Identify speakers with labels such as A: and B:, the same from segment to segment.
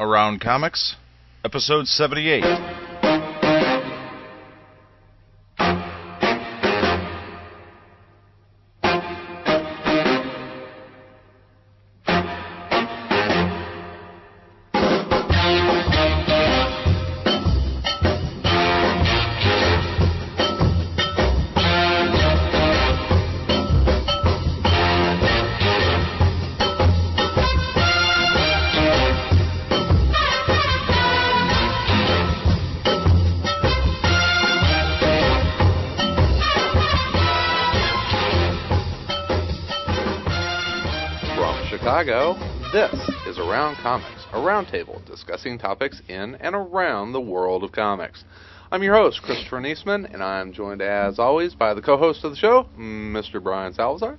A: Around Comics, Episode 78.
B: From Chicago, this is Around Comics, a roundtable discussing topics in and around the world of comics. I'm your host, Christopher Niesman, and I'm joined, as always, by the co host of the show, Mr. Brian Salazar.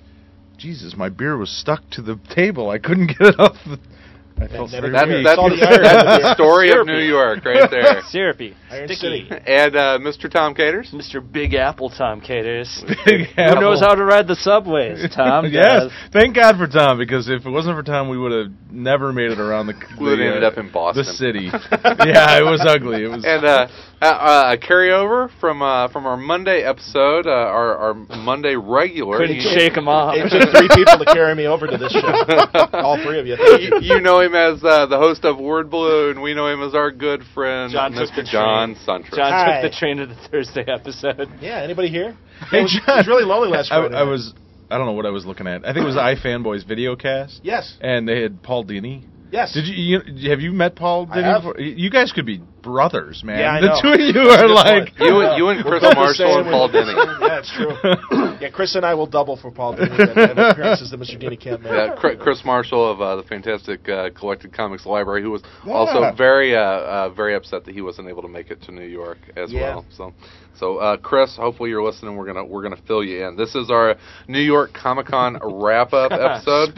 A: Jesus, my beer was stuck to the table. I couldn't get it off the. I felt
C: that
A: very
C: is
B: That,
C: weird.
A: weird.
B: that's,
C: Saw the
B: that's
C: irony
B: the
C: there.
B: story of
D: Syrupy.
B: New York right there.
D: Syrupy.
C: Iron
D: Sticky.
C: City.
B: And uh, Mr. Tom Caters.
D: Mr. Big Apple Tom Caters.
A: Big
D: Who
A: apple.
D: knows how to ride the subways? Tom
A: yes,
D: does.
A: thank God for Tom because if it wasn't for Tom, we would have never made it around the.
B: We would've
A: the, uh,
B: ended up in Boston.
A: The city. yeah, it was ugly. It was.
B: And uh, a, a carryover from uh, from our Monday episode, uh, our, our Monday regular.
D: Couldn't
B: You-
D: shake him off.
C: It took three people to carry me over to this show. All three of you. Thank
B: you, you know him as uh, the host of Word Balloon. We know him as our good friend,
D: John took the
B: Mr.
D: train.
B: John Suntress.
D: John
C: Hi.
D: took the train to the Thursday episode.
C: Yeah, anybody here?
A: Hey,
C: it, was,
A: John.
C: it was really lonely last
A: I,
C: Friday.
A: I was. I don't know what I was looking at. I think it was iFanboy's video cast.
C: Yes.
A: And they had Paul Dini.
C: Yes.
A: Did you, you have you met Paul?
C: I
A: Dini
C: have.
A: before? You guys could be brothers, man.
C: Yeah, I
A: the
C: know.
A: two of you
C: That's a
A: are
C: good
A: like
C: point.
B: You, and- you and Chris
C: both the
B: Marshall
C: same
B: and Paul
C: with-
B: Denny.
C: Yeah, it's true. Yeah, Chris and I will double for Paul Denny. and have appearances that Mr. Denny can't make.
B: Yeah, Cr- Chris Marshall of uh, the fantastic uh, Collected Comics Library, who was
A: Yeah.
B: also very uh, uh, very upset that he wasn't able to make it to New York as
C: Yeah.
B: well. So, so uh, Chris, hopefully you're listening. We're gonna we're gonna fill you in. This is our New York Comic Con wrap up episode.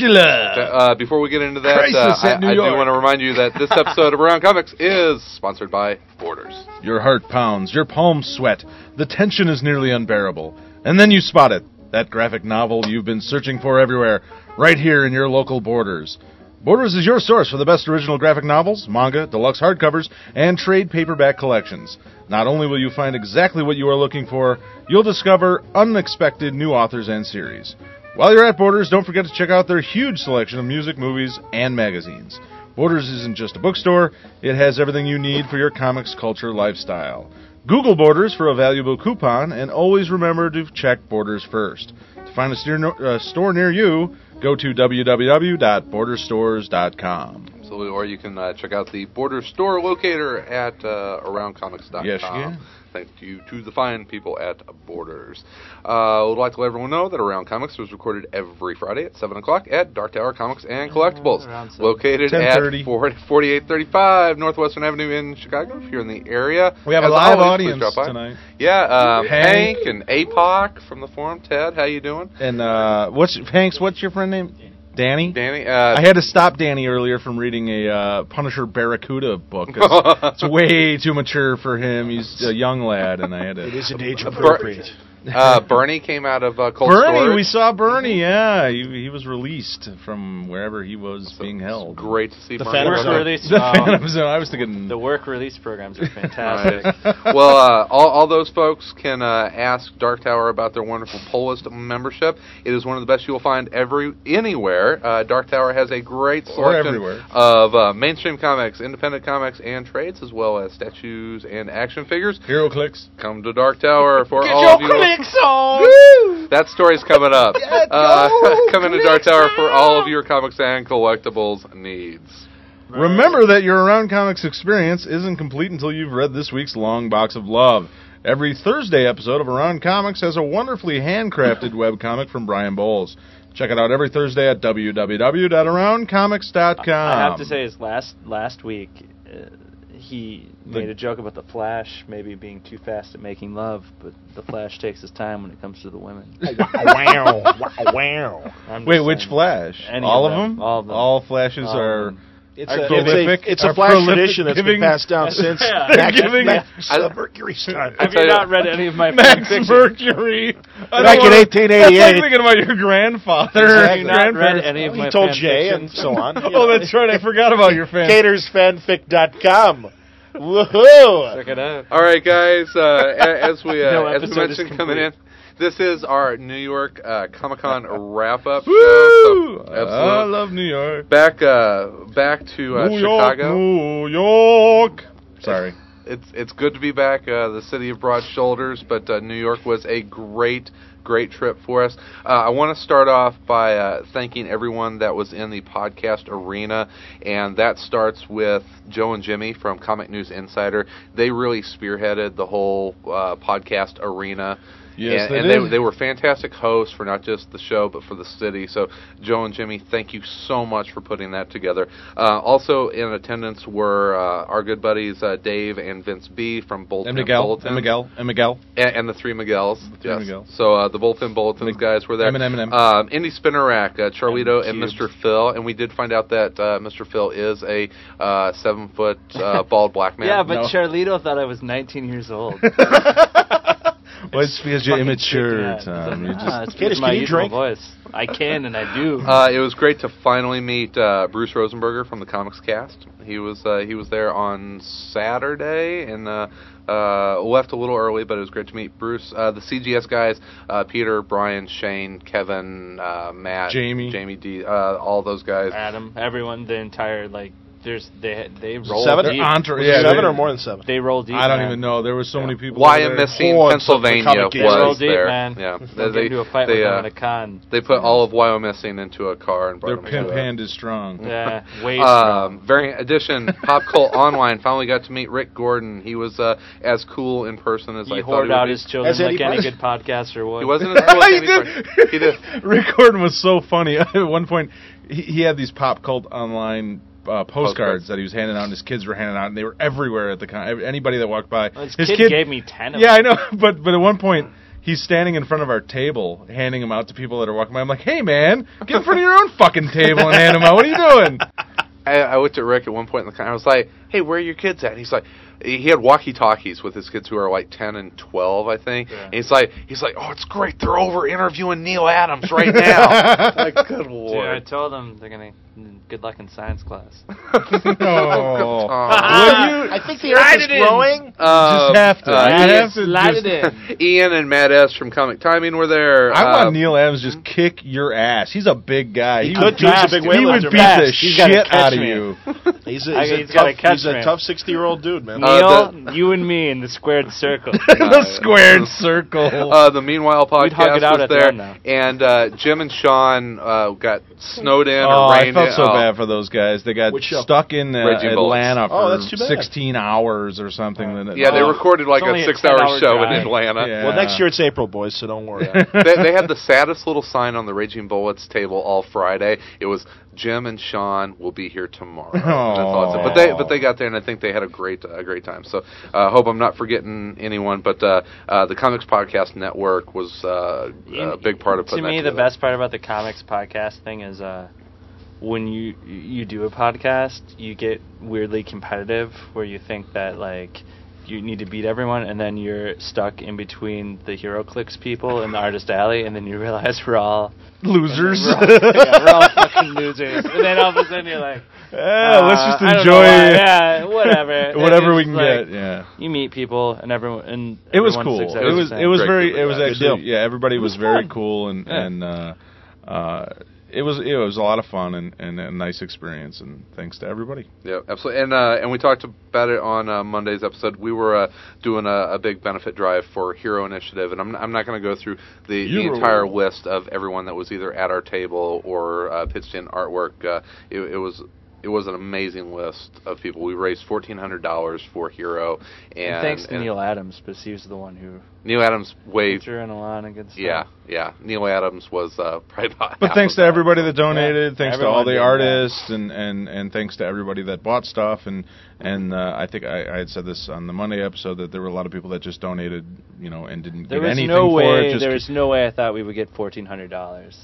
A: spectacular.
B: Uh, before we get into that, uh,
A: Crisis
B: I,
A: at New
B: I do
A: York.
B: want to remind you that this episode of Around Comics is sponsored by Borders.
A: Your heart pounds, your palms sweat, the tension is nearly unbearable, and then you spot it. That graphic novel you've been searching for everywhere, right here in your local Borders. Borders is your source for the best original graphic novels, manga, deluxe hardcovers, and trade paperback collections. Not only will you find exactly what you are looking for, you'll discover unexpected new authors and series. While you're at Borders, don't forget to check out their huge selection of music, movies, and magazines. Borders isn't just a bookstore, it has everything you need for your comics culture lifestyle. Google Borders for a valuable coupon, and always remember to check Borders first. To find a steer, uh, store near you, go to www.borderstores.com.
B: Absolutely, or you can uh, check out the Border Store Locator at uh, aroundcomics.com.
A: Yes, you can.
B: Thank you to the fine people at Borders. Uh, would like to let everyone know that Around Comics is recorded every Friday at 7 o'clock at Dark Tower Comics and Collectibles,
D: around seven.
B: located
A: 10:30.
B: at 40, 4835 Northwestern Avenue in Chicago. If you're in the area,
A: We have
B: As
A: a live
B: always, please
A: audience
B: drop by.
A: tonight.
B: Yeah, um,
A: Hank.
B: Hank. and APOC from the forum. Ted, how you doing?
A: And uh, what's Hanks? What's your friend name? Danny.
B: Danny,
A: I
B: uh,
A: had to stop Danny earlier from reading a uh, Punisher Barracuda book. It's, it's way too mature for him. He's a young lad, and I had to.
C: It isn't age
B: Bur-
C: appropriate.
B: uh, Bernie came out of uh, Cold
A: Bernie,
B: Storage.
A: we saw
D: Mm-hmm.
A: Bernie. Yeah, he, he was released from wherever he was being held.
B: Great to see
C: The
B: Bernie Bernie.
C: Phantom
D: Work
C: Zone.
D: release,
A: The
D: um,
A: Phantom Zone. I was thinking.
D: the work release programs are fantastic.
B: well, uh, all, all those folks can uh, ask Dark Tower about their wonderful Polist membership. It is one of the best you will find every anywhere. Uh, Dark Tower has a great
A: Or
B: selection
A: everywhere.
B: of uh, mainstream comics, independent comics, and trades, as well as statues and action figures.
A: Hero clicks.
B: Come to Dark Tower for
D: Get
B: all
D: your
B: of you.
D: clicks on!
B: That story's coming up.
A: Yeah,
B: uh,
A: go,
B: coming to Dark Tower for all of your comics and collectibles needs.
A: Remember that your Around Comics experience isn't complete until you've read this week's Long Box of Love. Every Thursday episode of Around Comics has a wonderfully handcrafted webcomic from Brian Bowles. Check it out every Thursday at www.aroundcomics.com.
D: I have to say, is last last week uh, he
A: The-
D: made a joke about the Flash maybe being too fast at making love, but the Flash takes his time when it comes to the women.
C: wow, wow, wow.
D: I'm
A: Wait,
D: just
A: which
D: saying.
A: Flash?
D: Any
A: all
D: of them. Um, All of them.
A: All Flashes
D: All of
A: are
D: them.
C: It's
B: Our
C: a,
A: prolific-
C: it's a, it's a
A: our
C: flash
A: prolific
C: tradition that's been
A: giving-
C: passed down since
D: Yeah.
C: Max,
A: Giving-
C: Max uh, Mercury's time.
D: Have
B: tell you-
D: you not read any of my fan
A: Max
D: fiction?
A: Mercury. I
C: Back
A: don't wanna-
C: in 1888.
A: That's like thinking about your grandfather. Or your
D: Have you
C: Exactly.
D: not read
A: grandparents.
D: any of my
C: He told
D: fan
C: Jay and
D: fictions?
C: so on.
A: Oh, that's right. I forgot about your fan.
C: Catersfanfic.com. Woohoo!
D: Check it out.
B: All right, guys. Uh, a- as we uh,
D: No
B: as we
D: episode is
B: mentioned coming in, this is our New York uh, Comic Con wrap up.
A: Woo! I
B: absolutely.
A: love New York.
B: Back uh, back to uh,
A: New
B: Chicago.
A: York, New York. Sorry.
B: It's it's good to be back. Uh, the city of broad shoulders, but uh, New York was a great great trip for us. Uh, I want to start off by uh, thanking everyone that was in the podcast arena, and that starts with Joe and Jimmy from Comic News Insider. They really spearheaded the whole uh, podcast arena.
A: Yes,
B: and,
A: they
B: and
A: did.
B: they were fantastic hosts for not just the show but for the city. So Joe and Jimmy, thank you so much for putting that together. Uh, also in attendance were uh, our good buddies uh, Dave and Vince B from Bolton
A: And Miguel.
B: Bulletin,
A: And Miguel. And Miguel.
B: and, and the three Miguels.
A: The three
B: yes.
A: Miguels.
B: So uh, the Bullpen Bulletins
A: Mig-
B: guys were there.
A: M and M and M.
B: Um, Indy Spinnerack, uh, Charlito, and
D: M
B: Mr.
D: cubed.
B: Phil, and we did find out that uh, Mr. Phil is a uh, seven foot uh, bald black man.
D: Yeah, but
A: No.
D: Charlito thought I was 19 years old.
A: Well, it's because you're
D: Fucking
A: immature,
D: freaked me out.
A: Tom. You
D: It's like,
A: just
D: "Ah, it's because
C: Kiddish,
D: of my
C: can you
D: youthful
C: drink?"
D: voice. I can and I do.
B: Uh, it was great to finally meet uh, Bruce Rosenberger from the Comics Cast. He was uh, he was there on Saturday and uh, uh, left a little early, but it was great to meet Bruce. Uh, the CGS guys, uh, Peter, Brian, Shane, Kevin, uh, Matt,
A: Jamie.
B: Jamie D, uh, all those guys.
D: Adam, everyone, the entire like, there's they they roll
C: Seven?
A: They're
D: deep.
A: entour-
C: Was
A: yeah,
C: it seven
A: they-
C: or more than seven?
D: They roll deep.
A: I don't
D: man.
A: even know. There were so many people. over there.
B: YMSC in
C: Hordes of
B: Pennsylvania
C: comic geeks.
D: Roll
B: was
D: deep,
B: there.
D: man.
B: Yeah,
D: They, get into a fight
B: they,
D: with
B: uh,
D: them at a con.
B: they put all of Wyomissing into a car and
A: Their
B: brought them
A: pimp
B: to, uh,
A: hand is strong.
D: Yeah, way
B: Um, variant edition pop cult online finally got to meet Rick Gordon. He was uh, as cool in person as
D: He
B: I
D: hoarded
B: thought
D: out
B: he
D: his
B: would.
D: children
C: As
D: like
C: anybody-
D: any good podcaster would.
B: He wasn't as cool as
A: he,
B: Andy Gordon.
A: did.
B: He did.
A: Rick Gordon was so funny. At one point, he, he had these pop cult online uh, postcards,
B: Postcards.
A: that he was handing out, and his kids were handing out, and they were everywhere at the con. Anybody that walked by,
D: Well, His, kid, gave me ten of
A: Yeah, I
D: them.
A: know. But but at one point, he's standing in front of our table, handing them out to people that are walking by. I'm like, hey man, get in front of your own fucking table and hand them out. What are you doing?
B: I, I looked at Rick at one point in the con. I was like, "Hey, where are your kids at?" And he's like, he had walkie talkies with his kids who are like ten and twelve, I think.
D: Yeah.
B: And he's like, he's like, "Oh, it's great. They're over interviewing Neil Adams right now." like, good
D: Dude, I
B: lord.
D: told them they're gonna good luck in science class.
A: Oh.
B: Tom.
A: Will you-
C: I think the earth is glowing.
B: Um,
A: just have to.
B: uh,
A: you
B: Ian-
A: have to just-
B: Ian and Matt S from Comic Timing were there.
A: I want
B: Um,
A: Neil Adams to just kick your ass. He's a big guy. He,
C: could
A: would
C: be.
A: beat,
C: He's a big
A: he would
C: weightlifter.
A: beat the
D: Fast. He's gotta
A: shit
D: catch
A: out of
D: me.
A: you.
C: He's
D: I-
C: a, he's a
D: he's gotta
C: tough,
D: catch
C: he's a
D: me.
C: tough sixty-year-old dude, man.
D: Neil,
B: Uh, the-
D: you and me in the squared circle.
A: the squared circle.
B: Uh, the Meanwhile
D: We'd hug
B: podcast
D: it out
B: was
D: at
B: there,
D: them, though.
B: and uh, Jim and Sean uh, got snowed in
A: oh,
B: or
A: I
B: rained
A: felt
B: in.
A: so
B: oh.
A: bad for those guys. They got
C: Which show?
A: stuck in uh,
B: Reggie Bullock.
A: Atlanta
C: Oh,
A: for
C: that's too bad.
A: 16 hours or something. Then-
B: Yeah, they
D: Oh.
B: recorded like
D: It's only
B: a
D: a
B: six-hour
D: 10-hour
B: show in
D: drive.
B: Atlanta.
A: Yeah.
C: Well, next year it's April, boys, so don't worry.
B: they, they had the saddest little sign on the Raging Bullets table all Friday. It was Jim and Sean will be here tomorrow. That's all it said. But they but they got there, and I think they had a great a great time. So uh, hope I'm not forgetting anyone. But uh, uh, the Comics Podcast Network was uh, a big part of
D: to
B: putting
D: me
B: that
D: the
B: together.
D: best part about the comics podcast thing is uh when you you do a podcast you get weirdly competitive where you think that like you need to beat everyone and then you're stuck in between the hero clicks people and the artist alley and then you realize we're all
A: Losers.
D: we're all, yeah, we're all fucking losers and then all of a sudden you're like
A: Yeah, let's
D: uh,
A: just
D: I don't
A: enjoy
D: know why, yeah whatever
A: whatever
D: And
A: we
D: it's
A: can
D: like,
A: get. Yeah.
D: you meet people and everyone and
A: It was
D: everyone's
A: cool.
D: excited
A: It was
D: to
A: it was
B: Great group
A: very
B: of
A: it was
B: guys.
A: actually
C: Good
A: yeah, everybody was,
D: was
A: very
D: fun.
A: cool and
D: Yeah.
A: and uh uh it was it was a lot of fun and, and a nice experience and thanks to everybody.
B: Yeah, absolutely. And uh, and we talked about it on uh, Monday's episode. We were uh, doing a, a big benefit drive for Hero Initiative, and I'm, I'm not going to go through the, the
A: Hero.
B: entire list of everyone that was either at our table or uh, pitched in artwork. Uh, it, it was. It was an amazing list of people. We raised fourteen hundred dollars for Hero, and,
D: and thanks to
B: and
D: Neil Adams because he was the one who
B: Neil Adams waived.
D: threw in a lot of good stuff.
B: Yeah, yeah. Neil Adams was uh, probably about.
A: But
B: half
A: thanks
B: of
A: to
B: that.
A: everybody that donated,
D: Yeah,
A: thanks to all
D: everyone
A: the
D: did
A: artists and, and, and thanks to everybody that bought stuff and and uh, I think I, I had said this on the Monday episode that there were a lot of people that just donated, you know, and didn't
D: There
A: get
D: was
A: anything
D: no
A: for
D: way.
A: it. Just
D: there was no way I thought we would get fourteen hundred dollars.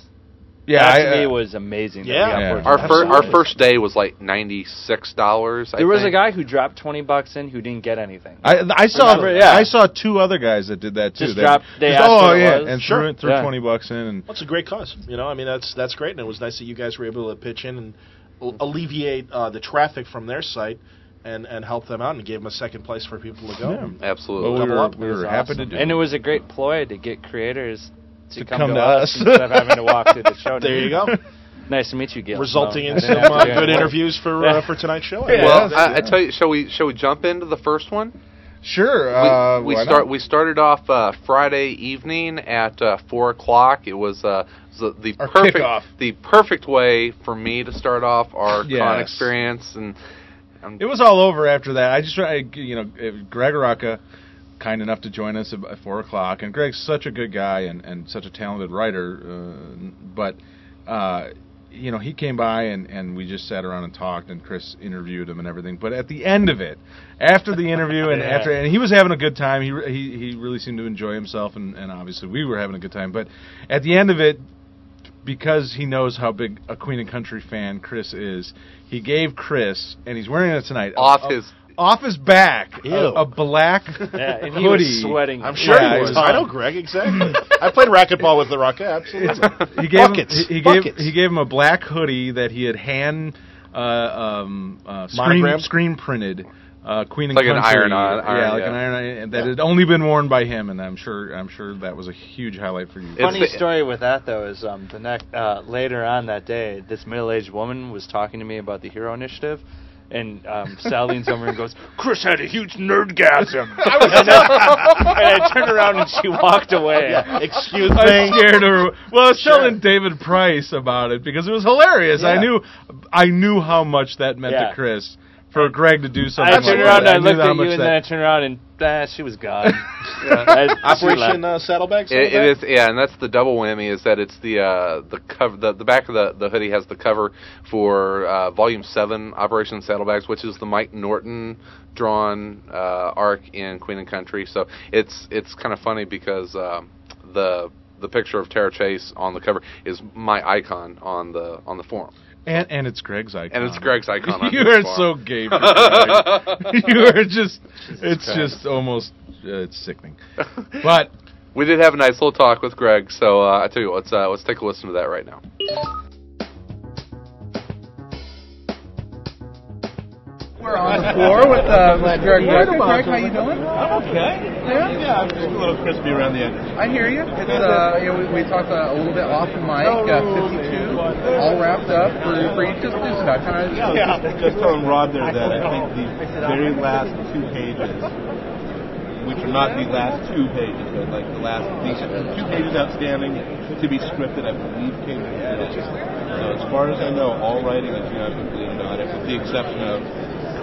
A: Yeah,
D: that
A: I,
D: to me
A: uh,
D: was amazing.
C: Yeah.
D: that we got
A: Yeah.
D: Fortune.
B: Our first
C: Absolutely.
B: our first day was like ninety six dollars.
D: There was a guy who dropped twenty bucks in who didn't get anything.
A: I, I saw
D: Remember, yeah.
A: I saw two other guys that did that too.
D: Just dropped- they asked
A: oh
D: what it
A: yeah,
D: was.
A: and
C: Sure.
A: threw, it- threw
D: Yeah.
A: twenty bucks in. And
C: Well, it's a great cause. You know, I mean, that's that's great, and it was nice that you guys were able to pitch in and al- alleviate uh, the traffic from their site and and help them out and gave them a second place for people to go.
A: Yeah.
B: Absolutely.
A: Well, we
C: Double
A: were,
C: up.
A: we
C: It was
A: were happy to
D: Awesome.
A: do.
D: and
A: it.
D: it was a great ploy to get creators
A: To
D: to, come,
A: come
D: to,
A: to
D: us
A: us.
D: instead of having to walk through the show.
C: There you go.
D: Nice to meet you, Gil.
C: Resulting
D: No, I
C: in some
D: didn't have to
C: uh,
D: do
C: good
D: any work.
C: interviews for uh, for tonight's show.
D: Yeah.
B: well,
A: that's-
B: Uh, I, I
A: yeah.
B: tell you, shall we shall we jump into the first one?
A: sure.
B: We,
A: uh,
B: we
A: why
B: start.
A: not?
B: We started off uh, Friday evening at uh, four o'clock. It was uh, it was the, the
A: Our
B: perfect
A: kickoff.
B: the perfect way for me to start off our
A: Yes.
B: con experience, and I'm
A: It was all over after that. I just, I, you know, if Greg Araka, kind enough to join us at four o'clock, and Greg's such a good guy and, and such a talented writer, uh, but, uh, you know, he came by and, and we just sat around and talked, and Chris interviewed him and everything. But at the end of it, after the interview and
D: Yeah.
A: after, and he was having a good time. He re- he he really seemed to enjoy himself, and, and obviously we were having a good time. But at the end of it, because he knows how big a Queen and Country fan Chris is, he gave Chris, and he's wearing it tonight, a-
B: off
A: a-
B: his.
A: off his back,
C: Ew.
A: a, a black
D: Yeah, and he
A: hoodie.
D: was sweating.
C: I'm sure
A: Yeah,
C: he was.
A: it's-
C: I know Greg exactly. I played racquetball with LaRocca. Absolutely.
A: He gave
C: Buckets,
A: him, he, he gave
C: buckets.
A: he gave him a black hoodie that he had hand uh, um, uh, screen
C: Monogram?
A: screen printed. Uh, Queen and
B: Like an
A: Country,
B: iron-on, iron,
A: yeah, like
B: yeah.
A: an iron on, and that
C: Yeah.
A: had only been worn by him, and I'm sure, I'm sure that was a huge highlight for you.
B: It's-
D: Funny
B: the-
D: story with that though is um, the next uh, later on that day, this middle-aged woman was talking to me about the Hero Initiative, and um, Sal leans over and goes, "Chris had a huge nerdgasm," I was and, I, and I turned around and she walked away.
C: Yeah. Excuse
A: I
C: me.
A: scared her. Well, I was
C: Sure.
A: telling David Price about it because it was hilarious. I
C: Yeah.
A: knew, I knew how much that meant
D: Yeah.
A: to Chris for Greg to do something.
D: I turned
A: like
D: around and
A: that.
D: I,
A: knew
D: looked
A: how
D: at you,
A: much
D: and
A: that-
D: then I turned around and ah, she was gone.
B: Yeah.
D: I- she
C: Operation
D: left.
C: uh, Saddlebags.
B: It, it is, yeah, and that's the double whammy is that it's the uh, the cover the, the back of the, the hoodie has the cover for uh, Volume Seven Operation Saddlebags, which is the Mike Norton drawn uh, arc in Queen and Country. So it's it's kind of funny because um, the the picture of Tara Chase on the cover is my icon on the on the forum,
A: And, and it's Greg's icon.
B: and it's Greg's icon. on
A: Oh. you
B: his
A: are so
B: forum.
A: gay. For Greg. you are just. it's
D: Christ.
A: just almost. Uh, it's sickening. But
B: we did have a nice little talk with Greg. So uh, I tell you, what, let's uh, let's take a listen to that right now.
E: We're on the floor with uh, Greg. Greg, Greg, how you doing? I'm okay. Yeah, yeah.
F: Just a little crispy around the edges.
E: I hear you. It's uh, you know, we, we talked uh, a little bit off the mic. Uh, 52, all wrapped up for for you just losing that kind of.
F: Yeah. Just telling Rod there that I think the very last two pages, which are not the last two pages, but like the last the two pages outstanding to be scripted, I believe came in today. So as far as I know, all writing is now completed on it, with the exception of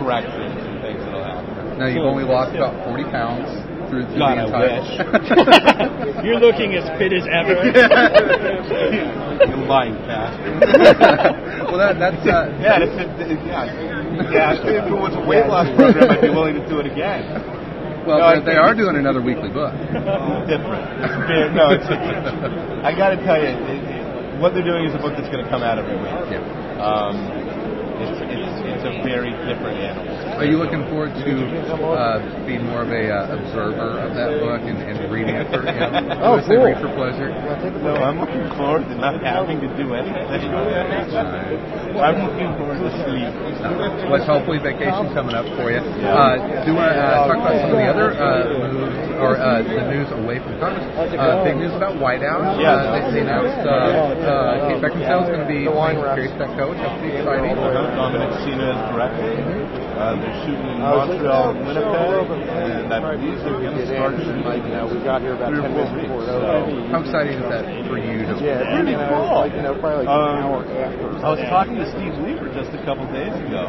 F: corrections and things that'll happen.
E: Now you've only lost about 40 pounds through, through
F: God,
E: the entire.
F: I wish.
G: You're looking as fit as ever.
F: You're lying bastard.
E: well, that, that's uh,
F: Yeah, it's, it, it, yeah. Yeah, actually, if it was a weight loss program, I'd be willing to do it again.
E: well,
F: No, I
E: they- they
F: think-
E: are doing another weekly book.
F: different. It's big. No, it's, I got to tell you, it, it, what they're doing is a book that's going to come out every week.
E: Yeah.
F: Um, it's, it's, it's a very different animal.
E: Are you looking forward to uh, being more of a uh, observer of that book and, and reading it for you know, I
F: Oh,
E: would say read for
F: cool.
E: pleasure?
F: So I'm looking forward to not having to do anything. I'm looking forward to sleep.
E: Well, it's hopefully vacation coming up for you. Uh, do you want to uh, talk about some of the other uh, moves or uh, the news away from Congress? Uh, big news about Whiteout.
F: Yeah.
E: Uh, they, they announced uh, uh, Kate Beckinsale is going to be playing Security Tech Coach. That's pretty exciting.
F: Dominic Cena is directing. Uh, they're shooting in Montreal and Winnipeg, and I believe they're going to start shooting
H: We got here about
F: three or four
H: 10 minutes
F: weeks.
H: before
F: So,
H: it opened.
E: How exciting is that for you? To,
H: Yeah, it's
F: Pretty
H: you know,
F: cool.
H: like, you know, probably like an
F: Um,
H: hour after.
F: I was talking to Steve Weaver just a couple days ago,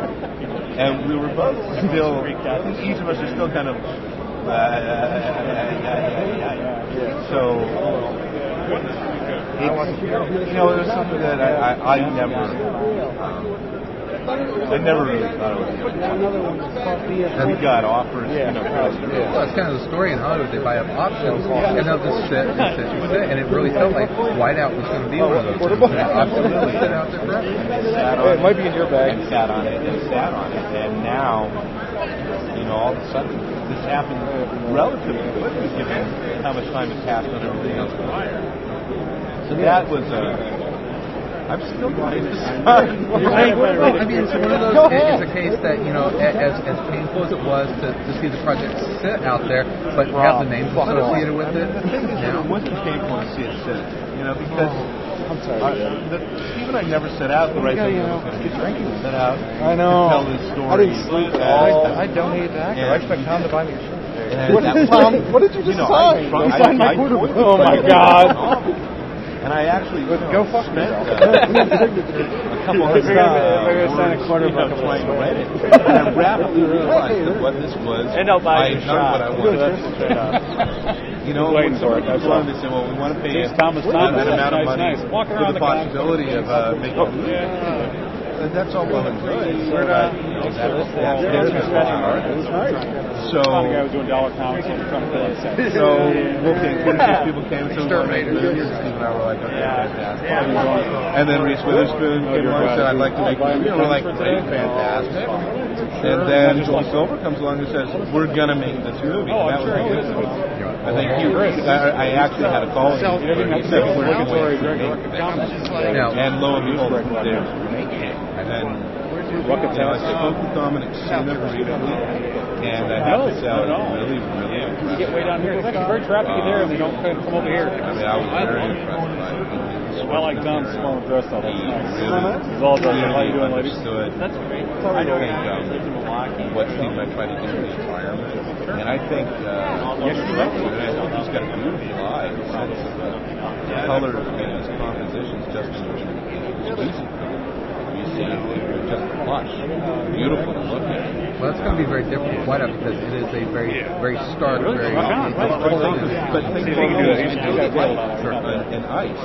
F: and we were both still. I think each of us are still kind of. Uh, so, it's, you know, it was something that I, I, I never um,
C: I never really thought it was going to happen. We got offers, you know, from-
E: Well, that's kind of the story in Hollywood. They buy up options, and they'll just sit and sit and sit. And it really felt like Whiteout was going to be one of those. things. Absolutely. Sit out there forever.
C: sat on it might be in your bag. And sat on it and sat on it. And now, you know, all of a sudden, this happened relatively quickly given how much time has passed on everything else prior. So that was a. I'm still buying this.
E: Well, I mean, it's one of those. It, it's a case that you know, a- as as painful as it was to, to see the project sit out there, but have the names associated with it.
C: And it
E: Now,
C: wasn't painful to see it sit, you know, because Oh, I'm sorry. the, Steve and I never set out the right thing. You know, set out. I know. To tell this story. I didn't sleep at all. I, donated to Acura. I expect Tom to buy me a shirt. What, Tom, what did you just sign? I, I, signed my quarterback. Oh my God. And I actually you know, go fuck spent uh, a couple of
A: We're gonna- we're gonna sign a
C: hours,
A: quarterback of
C: you know, trying to write it. And I rapidly realized that what this was.
A: And I'll buy
C: I
A: you a
C: had done
A: shot.
C: what I wanted. You know,
A: Waiting
C: when
A: for it,
C: someone comes
A: that's
C: along, they say, well, we want to pay
A: It's
C: you
A: Thomas
C: that
A: Thomas.
C: amount of
A: Nice,
C: money
A: nice. Walk
C: for
A: around
C: the
A: the guy. Oh.
C: possibility of uh, making a movie. And that's all well and good. We're not, you know, that was, that's business hard. So,
A: doing dollar comics and trying to fill out a set.
C: so, okay, 26 people came, so we wanted to do this. Steve and I were like, okay, fantastic. And then Reese Witherspoon
A: Oh,
C: came along and said, I'd like to make a movie. And we're like, great, fantastic. And then Joel Silver comes along and says, we're going to make this movie. And that was the end of it. I think he, I, I actually had a call with him. He said, we're going to make this movie.
E: now
C: And lo and behold, they did. And then, you know, I spoke with Dominic Cena briefly, and I have to say, I was really, really impressed.
A: Get way down here. It's like bird traffic in there, and they don't
F: um,
A: come over here.
C: I mean, I was very impressed by it.
A: I like Don's formal dress up. That's nice.
C: He really,
A: He's all dressed up. How you
C: really
A: doing, ladies?
C: understood
A: That's great.
C: I know um, what Steve and I try to do in the environment, and I think uh, yes, you like it. and I think he's got a beautiful eye. The sense of the, the color and his compositions just as much music. You see, they're just lush, beautiful to look at.
E: Well, that's going to be very different from Whiteout because it is a very, very stark, very.
C: Oh, But think
A: if you can do that.
C: about
A: You guys got a lot of
C: Sure. and, and ice.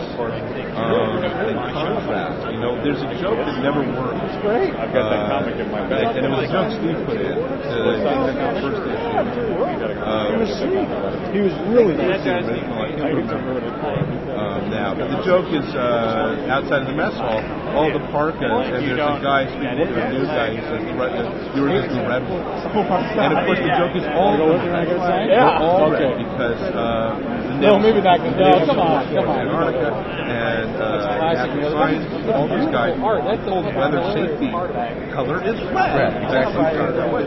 C: Um, and contrast. You know, there's a joke that never works. Uh,
A: I've got that comic in my bag.
C: And it was a joke Steve put in. To the first issue. Uh,
F: He was really
C: it's the original, I can't remember um, now. But the joke is uh, outside of the mess hall, all the parkas, and there's a guy speaking to a new guy who says, "Red- "You were just a red one." And of course, the joke is all the red. They're all red because uh, no, maybe not. No, come on, come on. Antarctica and uh, National Science, all these guys, cold weather safety color is red.
E: Red.
C: Exactly.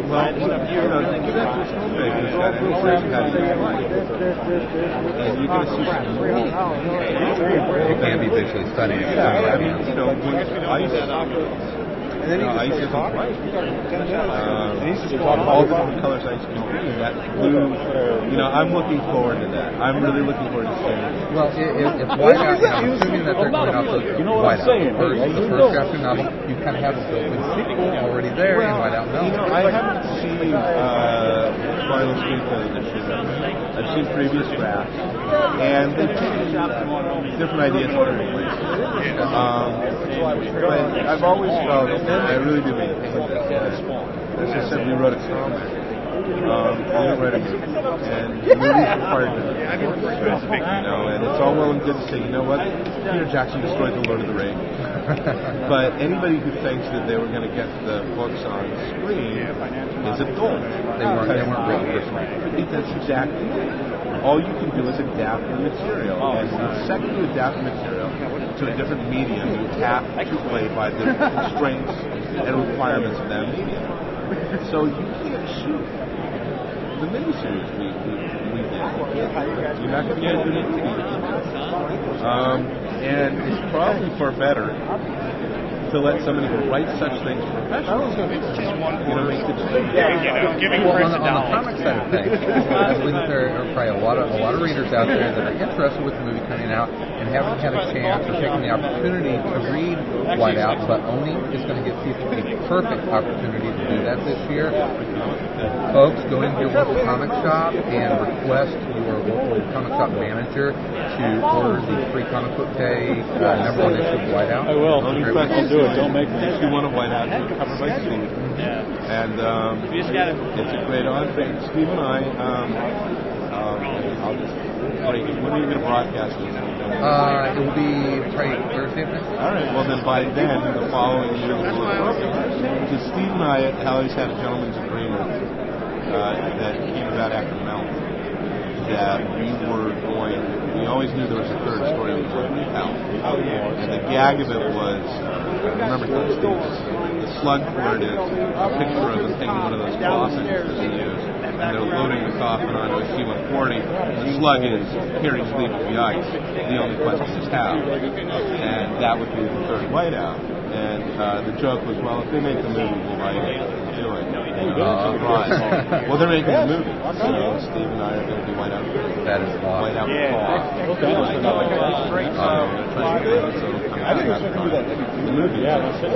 C: Well, you know, give that to a filmmaker. It's got to be a guy who's white. And you're going to see some really
E: It can be visually stunning.
C: yeah, I mean, you know, when it's ice, and then you know, ice isn't right. Um, all the different colors ice can be, that blue, you know, I'm looking forward to that. I'm really looking forward to seeing it.
E: Well, if, if Whiteout, I'm assuming that they're going off of
F: You know what I'm
E: Whiteout,
F: saying,
E: first,
F: hey,
E: the
F: you
E: first
F: know.
E: graphic novel, you kind of have a built-in sequel already there in Whiteout. No,
C: You know, I haven't seen uh, final screenplay edition. I've seen previous drafts, and they've taken different ideas from different places. Um, but I've always felt, and I really do mean this, that as I said, we wrote a comic. Um, we don't write a movie, and movies require different things, you know, and it's all well and good to say, you know what, Peter Jackson destroyed the Lord of the Rings. But anybody who thinks that they were going to get the books on screen is a fool.
E: They weren't- they weren't written for
C: screen. That's exactly it. All you can do is adapt the material. And the second you adapt the material to a different medium, you have to play by the constraints and requirements of that medium. So you can't shoot the miniseries we, we, we did. You're not going to get a good movie. Um, and it's probably for better to let somebody who writes such things professionally, you know, make the change.
E: well, on the, on the comic side of things, I think there are probably a lot of a lot of readers out there that are interested with the movie coming out and haven't had a chance or taken the opportunity to read Whiteout, but Oni is going to get people a perfect opportunity to do that this year. Folks, go into your local comic shop and request your local comic shop manager to order the free comic book day uh, number one issue of Whiteout.
A: I will.
G: Oh,
E: Very much.
A: I'll
G: do
A: do
G: it. Don't make me.
F: She won a White Hat cover by Steve.
D: Yeah.
F: And um,
D: We just gotta-
F: it's a great honor. Thank Steve and I. Um, um, I'll just break it. When are you going to broadcast this?
E: Uh, it will be probably Thursday of next week.
F: All right. Well, then by then, the following year, we will because Steve and I had always had a gentleman's agreement uh, that came about after Mount that we were going. We always knew there was a third story we were going to tell, and the gag of it was. I remember that Steve, the slug cord is a picture of him taking one of those faucets that they use, and they're loading the coffin onto a C-140. The slug is, here he's leaving the ice. The only question is how and that would be the third whiteout. And uh, the joke was, well, if they make the movie, we'll write it. Let's do it. You know, I'll try. well, they're making the movie, so Steve and I are going to do Whiteout.
E: That is awesome.
F: Whiteout Claw. Um, that's the thing, so it'll come
G: I think we
F: out
G: should
F: on
G: do that every
F: The movie.
G: Yeah, that's it.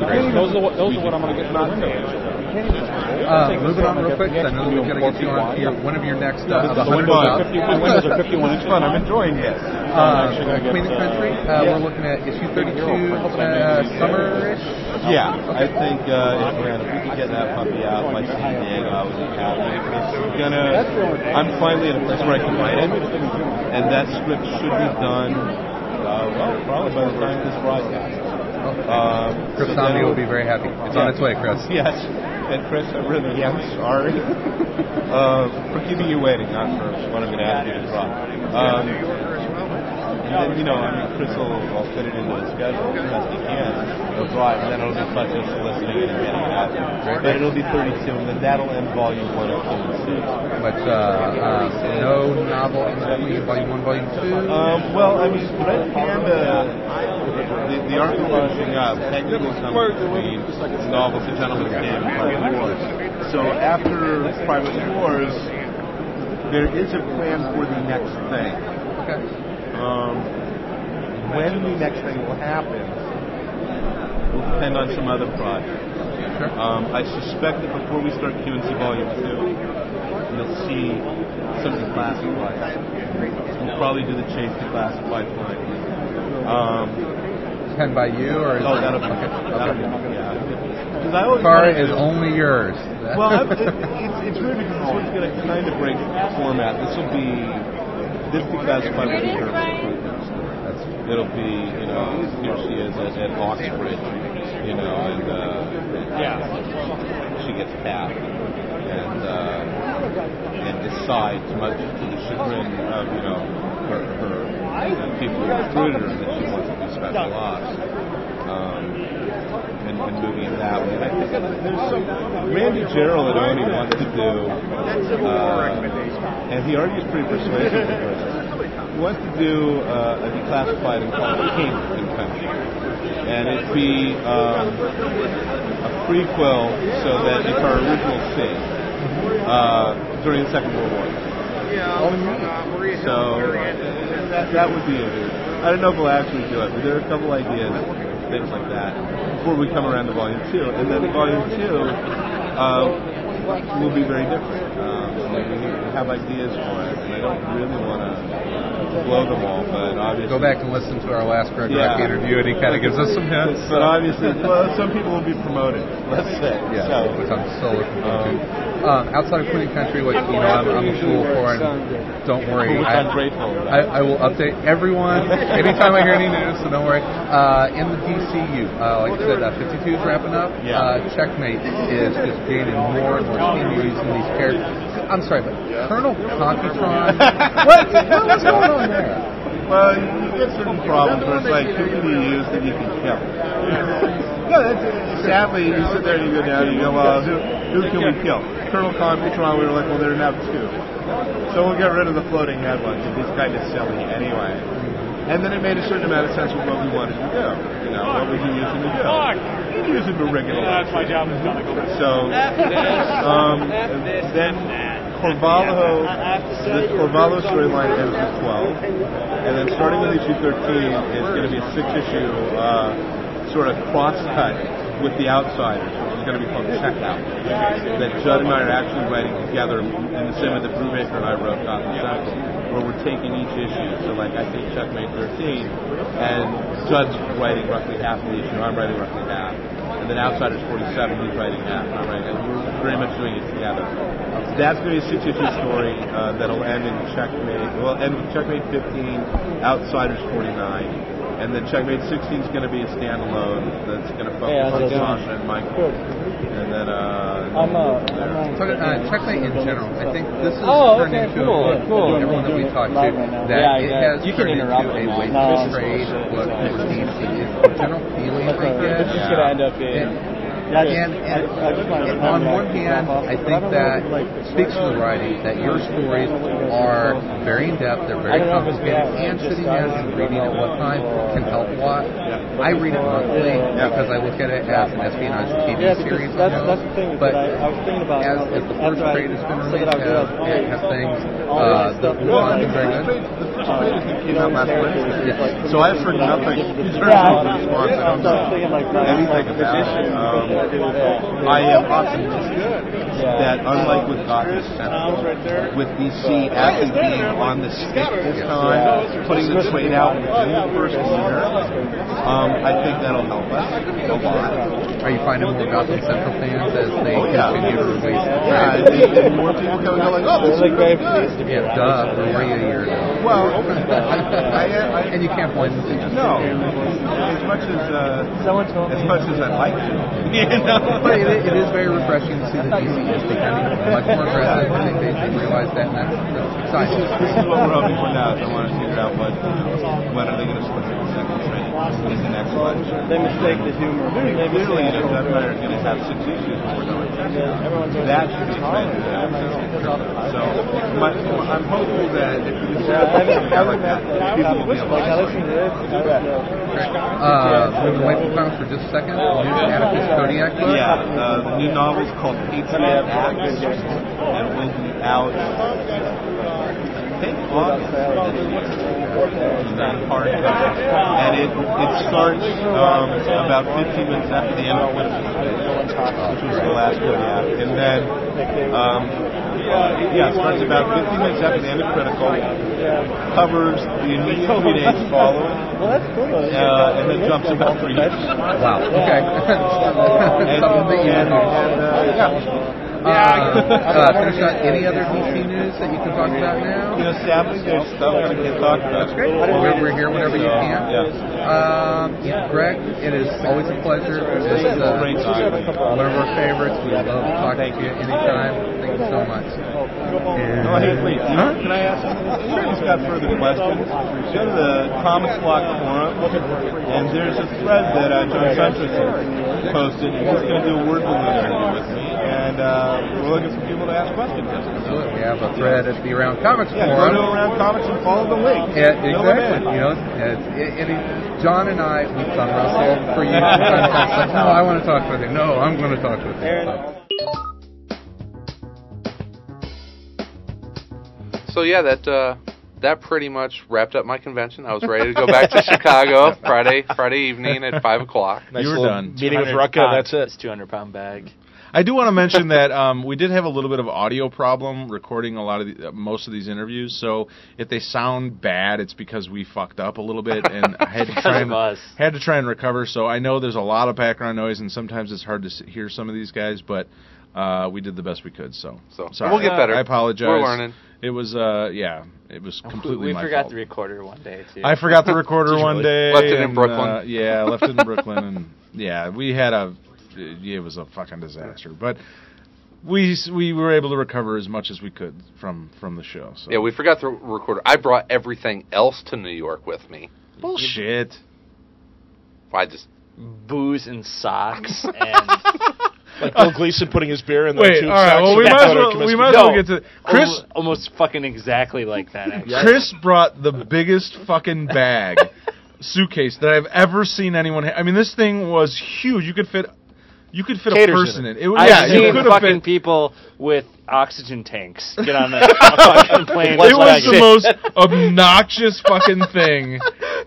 F: great.
G: Those are, what- those are what I'm going to get for the
E: Uh, moving on real quick, 'cause I know that we've got to get you on to your, one of your next uh,
F: This
E: of the
F: is the
E: hundred
F: one
E: jobs.
F: about-
G: My windows are 51 inches.
F: Fun, I'm enjoying it.
E: Uh,
G: actually gonna get,
E: Queen of the
G: uh,
E: Country. Uh, We're looking at issue 32, hoping uh, summer-ish.
F: Yeah, I think uh, if we if we could get that puppy out by San Diego, I would be happy. It's gonna. I'm finally at a place where I can write it, and that script should be done. Uh, well, probably by the time this broadcast. Um,
E: Chris
F: so
E: Zombie
F: then-
E: will be very happy. It's on its way, Chris.
F: Yes, and Chris, I really am sorry uh, for keeping you waiting, not for what I'm going to ask you to drop. Um, and then, you know, I mean, Chris will will fit it into the schedule as best he can. He'll draw it, and then it'll be such a soliciting and getting it out. But it'll be 32, and then that'll end volume one of two.
E: But uh, uh, no novel in between volume one, volume two.
F: Um, well, I mean, Red Panda, the, the art we're launching up, uh, technical comes between novels, The Gentleman's Game, and Private Wars. So after Private Wars, there is a plan for the next thing.
E: Okay.
F: Um, when the next thing will happen will depend on some other project.
E: Sure.
F: Um, I suspect that before we start Q and C Volume 2, you'll see some of the classifieds. We'll probably do the chase to classified line. Um,
E: Penned by you, or is
F: oh, that'll be,
E: okay.
F: that'll be,
E: okay.
F: yeah. 'Cause I always
E: Car
F: wanna
E: is
F: do-
E: only yours.
F: well, I'm, it, it's, it's weird because this one's going to kind of break format. This will be, this will be classified with the term.
E: That's
F: It'll be, you know, here she is at, at Oxbridge, you know, and uh, she gets tapped and uh, and decides, much to the chagrin of you know her, her the people who recruited her, that she wants to be special ops. Um, and, and moving it that way. And I think there's some, Randy Gerald and Andy wants to do, uh, and he argues pretty persuasively for this. He wants to do uh, a declassified and called King in country. And it'd be um, a prequel so that it's our original thing uh, during the Second World War. So uh, that, that would be it. I don't know if we'll actually do it, but there are a couple ideas, things like that, before we come around to Volume 2. And then Volume 2 uh, will be very different. Um, like we have ideas for it, and I don't really want to blow them all, but obviously...
E: Go back and listen to our last Greg
F: Yeah.
E: Rocky interview, and he kind of gives us some hints.
F: But obviously, well, some people will be promoted, let's say.
E: Yeah,
F: So-
E: which I'm so looking forward to. Um, outside of Queen and Country, which you know I'm, I'm a fool for, and don't worry,
F: Which
E: I,
F: I'm grateful about.
E: I, I will update everyone anytime I hear any news. So don't worry. Uh, in the DCU, uh, like I said, uh, 52 is wrapping up.
F: Yeah.
E: Uh, Checkmate is just gaining more and more skin using these characters. I'm sorry, but Colonel Conkitron. what? What was going on there?
F: well, you get certain problems where it's like, who can you use that you can kill? no, that's sadly, you sit there and you go down and you go, well, who, who can we kill? Colonel Confitron, we were like, well, there are now two. So we'll get rid of the floating head one because it's kind of silly anyway. And then it made a certain amount of sense with what we wanted to do. You know, what would you use him to do? You'd use him to wriggle.
G: That's my job. Is not to go back.
F: So um, then Corvalho, the Corvalho storyline ends with 12, and then starting with issue 13 is going to be a six-issue uh, sort of cross-cut with the Outsiders, which is is going to be called Checkout. That Judd and I are actually writing together in the same way that Brewmaker and I wrote Gotham Cycle, where we're taking each issue. So, like, I take Checkmate 13, and Judd's writing roughly half of the issue, I'm writing roughly half. And then Outsiders 47, he's writing half, and I'm writing half. We're very much doing it together. That's going to be a six issue story uh, that'll end in Checkmate, well, end with Checkmate 15, Outsiders 49. And then Checkmate 16 is going to be a standalone that's going to focus
H: Yeah,
F: on
H: that's
F: Josh
H: awesome.
F: and Michael.
H: Good.
F: And then, uh,
H: I'm, uh, I'm on-
E: But uh, checkmate in general, I think this is
D: Oh,
E: turning
D: okay,
E: to
D: cool,
E: a,
D: cool.
E: everyone that we talked to
H: Live right now.
E: that
D: Yeah, I
E: it
D: got it.
E: has
D: You can
E: turned into
D: interrupt
E: a
D: them
E: way
D: now.
E: to
D: No,
E: trade
D: this is
E: what
D: bullshit.
E: for DC is the general feeling I get.
H: It's just gonna end up
E: And,
H: being.
E: and, and, and on one hand, I think that speaks to the writing that your stories are very in depth, they're very
H: I don't know if it's
E: complicated,
H: that,
E: and
H: just
E: sitting down and
H: started
E: reading at one time can help a lot. I read it monthly because I look at it as an espionage TV
H: Yeah,
E: series.
H: because that's,
E: almost,
H: that's the thing is
E: but
H: that I, I was thinking about
E: as,
H: how
E: as the
H: after
E: first
H: I
E: grade has been
H: said
E: released,
H: that I was
E: as,
H: gonna play,
E: it has things. Uh,
H: all this
E: the the
H: stuff
E: one
H: is like- uh,
E: is very good.
F: the first latest that came out last Wednesday. So I've heard nothing in terms
H: Yeah,
F: of response. I don't
H: so I was
F: know
H: thinking like my
F: anything
H: my
F: about
H: position.
F: it. Um,
H: Yeah.
F: I am optimistic
H: Yeah.
F: that unlike with Gotham Central, with DC actually being on the stick this time, putting the weight out within the first year, um, I think that'll help us a lot.
E: Are you finding more Gotham Central fans as they
F: Oh, yeah.
E: continue to release?
F: Yeah, and, and more people coming out like, oh, this is really
H: Like very
F: good.
H: pleased to be
E: Yeah, duh.
H: around.
E: Where were you a year ago?
F: Well, I, I,
E: And you can't blame them.
F: no, as much as uh,
H: Someone told
F: as
H: me.
F: much as I like to, you know.
E: But it, it is very refreshing to see that DC is becoming much more aggressive. I think they, they realize that, and that's, that's exciting.
F: This is what we're hoping for now. Is I want to figure out what when are they going to split the second trade in the next election.
H: They mistake the humor. They mistake
F: Clearly, you
H: the
F: know,
H: humor.
F: Dunbar is going to have six issues before the election.
H: Yeah, everyone's always-
F: That should be expanded out. So my, I'm hopeful that if we
H: Yeah, I haven't- I
F: have like
H: haven't
F: that,
H: met-
F: people will be able
H: Like, I
F: to.
H: listen to this. I don't know.
E: Uh, moving away from comics for just a second, the new Atticus Kodiak book.
F: Yeah, uh, the new novel's called Patriot Act, and will be out. I think August. It's not hard, but- and it it starts um, about 15 minutes after the end of Winter Solstice, which was the last Kodiak, and then. Um, yeah, it starts about 15 minutes after the end of Critical, covers the immediate three days following,
H: Well, that's cool.
F: uh, and then jumps about three years.
E: Wow. Okay.
F: And,
E: Something that you
F: and,
E: hadn't
F: and, uh, yeah.
E: Uh, uh, finish out any other DC news that you can talk about
F: You
E: now?
F: know, sadly, there's stuff that I can't talk about.
E: That's great. We're, we're here whenever you
F: So,
E: can.
F: Yeah.
E: Um, Greg, it is always a pleasure. This is uh,
F: Great time.
E: one of our favorites. We love talking to you anytime. Thank you so much. And,
F: Oh, hey, wait. You
E: Huh?
F: know, can I ask? Anyone's got further questions? Go to the Comics Block forum, and there's a thread that uh, John Suntress posted. He's going to do a word balloon interview with me, and uh, we're looking for people to ask questions.
E: Absolutely. We have a thread at the Around Comics
F: Yeah, go
E: Forum.
F: to around comics and follow the link.
E: Yeah,
F: Fill 'em in.
E: exactly. You know, it's, it, it, John and I, we thumb wrestle for you. Sometimes it's like, no, I want to talk with him. No, I'm going to talk with him.
B: So yeah, that uh, that pretty much wrapped up my convention. I was ready to go back to Chicago Friday Friday evening at five o'clock.
C: Nice
A: You were
C: little
A: done.
C: Meeting with
D: 200
C: Rucka.
D: pounds.
C: That's it.
D: Ah, It's 200 pound bag.
A: I do want to mention that um, we did have a little bit of audio problem recording a lot of the, uh, most of these interviews. So if they sound bad, it's because we fucked up a little bit and I had to try and
D: Because of us.
A: had to try and recover. So I know there's a lot of background noise and sometimes it's hard to s- hear some of these guys, but uh, we did the best we could. So
B: So
A: sorry. Uh,
B: we'll get better.
A: I apologize.
B: We're learning.
A: It was uh, yeah, it was completely
D: we
A: my
D: forgot
A: fault.
D: the recorder one day too.
A: I forgot the recorder
D: Did you
A: one
D: really?
A: day.
B: Left it in
A: and,
B: Brooklyn.
A: uh, yeah, I left it in Brooklyn, and yeah, we had a. It was a fucking disaster, but we s- we were able to recover as much as we could from from the show. So
B: Yeah, we forgot the recorder. I brought everything else to New York with me.
A: bullshit.
B: I just
D: booze and socks and
C: Like Bill Gleason putting his beer in the
A: Wait,
C: tube
A: all right.
C: sacks
A: Well,
C: and
A: we
C: photo
A: might as well
C: commis-
A: we might as
D: No. Oh,
A: well get to Chris.
D: almo- almost fucking exactly like that. Actually.
A: Chris brought the biggest fucking bag suitcase that I've ever seen anyone. Ha- I mean, this thing was huge. You could fit. You could fit
C: Caters
A: a
C: in
A: person in it. was,
D: I've
A: yeah, you
D: seen
A: could have
D: fucking
A: fit.
D: people with oxygen tanks. Get on a, a fucking plane.
A: it was
D: Like,
A: the most obnoxious fucking thing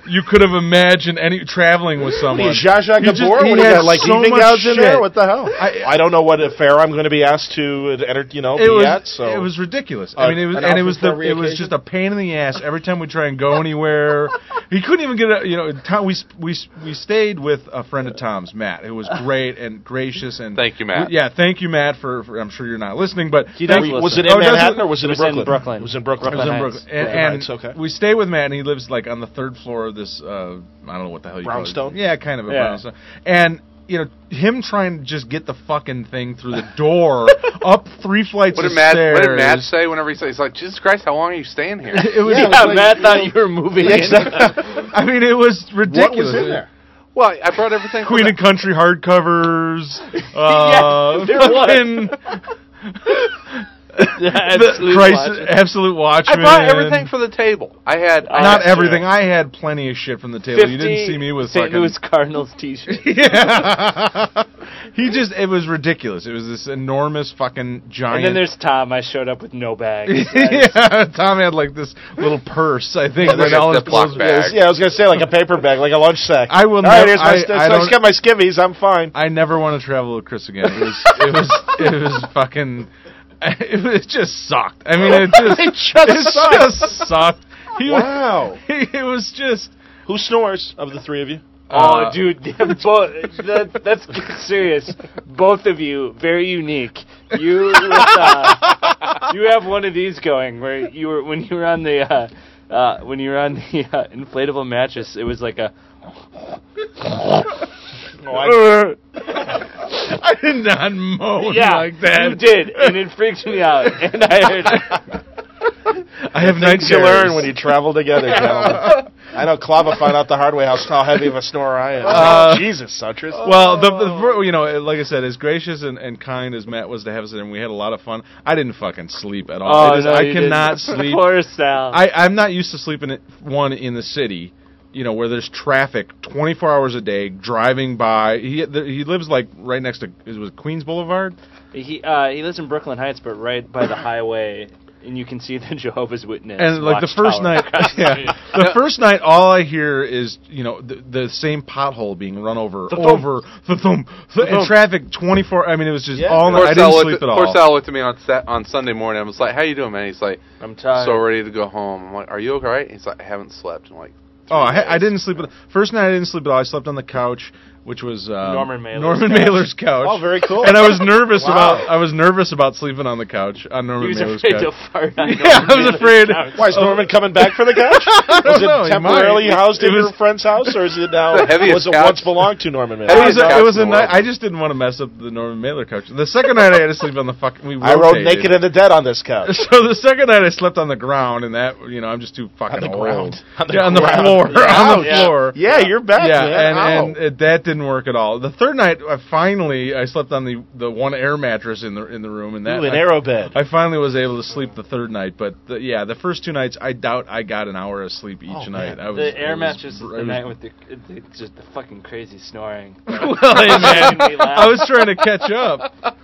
A: you could have imagined any traveling with someone.
C: Zsa Zsa
A: He just-
C: Gabor?
A: he
C: what do you
A: had
C: got, like
A: so
C: evening
A: much
C: hours in there?
A: shit.
C: What the hell?
A: I-
C: I, don't know what affair I'm going to be asked to uh, enter, you know,
A: It
C: be
A: was
C: at. So
A: it was ridiculous.
C: Uh,
A: I mean, it was
C: an
A: and it
C: outfit
A: was
C: for
A: the
C: every
A: it was
C: occasion?
A: just a pain in the ass every time we try and go anywhere. he couldn't even get a you know. Tom, we sp- we s- we stayed with a friend of Tom's, Matt, who was great and gracious and
B: Thank you, Matt.
A: Yeah, thank you, Matt, for, for I'm sure you're not listening, but
D: He
A: thank
D: does
A: you-
D: listen.
C: was it in
A: Oh, does
C: Manhattan or was it,
D: It was
C: in
D: in
C: Brooklyn?
D: Brooklyn.
C: It was in Brooklyn.
A: It was in
D: Brooklyn
A: Brooklyn. And,
D: Heights.
C: Brooklyn
A: and
C: Heights, okay.
A: we stay with Matt, and he lives like on the third floor of this. Uh, I don't know what the hell you Call
C: Brownstone?
A: it. Yeah, kind of a
D: Yeah.
A: brownstone. And you know him trying to just get the fucking thing through the door up three flights
B: What
A: of
B: did Matt?
A: stairs.
B: What did Matt say whenever he said he's like, Jesus Christ, how long are you staying here?
A: It was,
D: yeah, Matt thought you were moving. in.
A: I mean, it was ridiculous.
C: What was in there?
B: well, I brought everything.
A: Queen
B: from
A: and Country hardcovers. Uh,
D: there
A: fucking
D: The
A: the
D: absolute
A: Christ-
D: logic.
A: absolute
B: the,
A: Watchmen.
B: I brought everything for the table. I had I
A: Not
B: had-
A: everything. I had plenty of shit from the table. you didn't
D: 50
A: see me with
D: St.
A: fucking.
D: Louis Cardinals T-shirt.
A: Yeah. he just it was ridiculous. It was this enormous fucking giant.
D: And then there's Tom. I showed up with no bag.
A: yeah, Tom had like this little purse. I think.
B: like
A: with
B: a
A: all his
B: Ziploc
A: clothes-
B: bag. Yes,
C: Yeah, I was going to say like a paper bag, like a lunch sack.
A: I will
C: All
A: not-
C: right, here's my.
A: I-
C: st-
A: I
C: so I
A: don't-
C: just got my skivvies. I'm fine.
A: I never want to travel with Chris again. It was it was it was fucking it, was- it just sucked. I mean it just it
C: just sucked.
A: just sucked. He was-
C: Wow.
A: it was just
C: Who snores of the three of you?
D: Oh,
A: Uh,
D: dude, both, that, that's serious. Both of you, very unique. You, with, uh, you have one of these going where you were when you were on the uh, uh, when you were on the uh, inflatable mattress. It was like a.
C: Oh,
A: Oh, I did not moan
D: yeah,
A: like that.
D: you did, and it freaked me out. And I heard,
A: I have
C: Things
A: night
C: you
A: terrors.
C: learn when you travel together, gentlemen. I know Clava found out the hard way how, how heavy of a snorer I am. Oh,
A: Uh,
C: Jesus, Sutras.
A: Well, the, the fir- you know, like I said, as gracious and, and kind as Matt was to have us, and we had a lot of fun. I didn't fucking sleep at all.
D: "Oh
A: It is-
D: no,
A: I
D: you
A: cannot
D: didn't.
A: sleep.
D: Poor Sal.
A: I, I'm not used to sleeping at one in the city, you know, where there's traffic 24 hours a day driving by. He th- he lives like right next to is was Queens Boulevard.
D: He uh, he lives in Brooklyn Heights, but right by the highway, and you can see the Jehovah's Witness.
A: And like the first
D: watchtower.
A: night, yeah, the first night, all I hear is you know the, the same pothole being run over
D: Thump.
A: over the thump, th- and
D: Thump.
A: traffic 24. I mean, it was just all
B: Of course,
A: night. I didn't
B: Al
A: sleep
B: looked,
A: at
B: of course,
A: all.
B: Al looked at me on set on Sunday morning. I was like, "How you doing, man?" He's like,
D: I'm tired.
B: "So ready to go home." I'm like, "Are you okay?" Right? He's like, "I haven't slept." I'm like,
A: Oh, I, I didn't sleep. At, first night I didn't sleep at all. I slept on the couch, which was um,
D: Norman Mailer's
A: Norman
D: couch.
A: Mailer's couch.
C: Oh, very cool.
A: And I was nervous about I was nervous about sleeping on the couch on Norman
D: he
A: Mailer's
D: was afraid
A: couch.
D: to fart. On
A: yeah, I was
D: Norman
A: afraid.
D: Mailer's couch.
C: Why is Norman coming back for the couch? was it
A: know, he might.
C: temporarily housed
A: It
C: in your
A: was-
C: friend's house, or is it now?
B: The heaviest
C: was it
B: couch.
C: once belonged to Norman? Mailer?
A: It was a,
B: couch
A: it was a
B: in the world.
A: night. I just didn't want to mess up the Norman Mailer couch. The second night I had to sleep on the fucking. We
C: I rode
A: rotated.
C: naked and the dead on this couch.
A: So the second night I slept on the ground, and that you know I'm just too fucking
C: the
A: old.
C: ground. On the
A: yeah, on the
C: ground.
A: floor, on the
D: Ouch.
A: floor.
C: Yeah, you're back.
A: yeah,
C: man. Ow.
A: and, and it, that didn't work at all. The third night, I finally I slept on the the one air mattress in the in the room, and that
C: Ooh, an
A: I,
C: arrow bed.
A: I finally was able to sleep the third night, but the, yeah, the first two nights I doubt I got an hour of sleep each
C: Oh,
A: night.
C: man.
A: I was,
D: The
A: I
D: air
A: was-
D: mattress is
A: I
D: the
A: was-
D: night with the, the just the fucking crazy snoring.
A: well, hey, man, I was trying to catch up.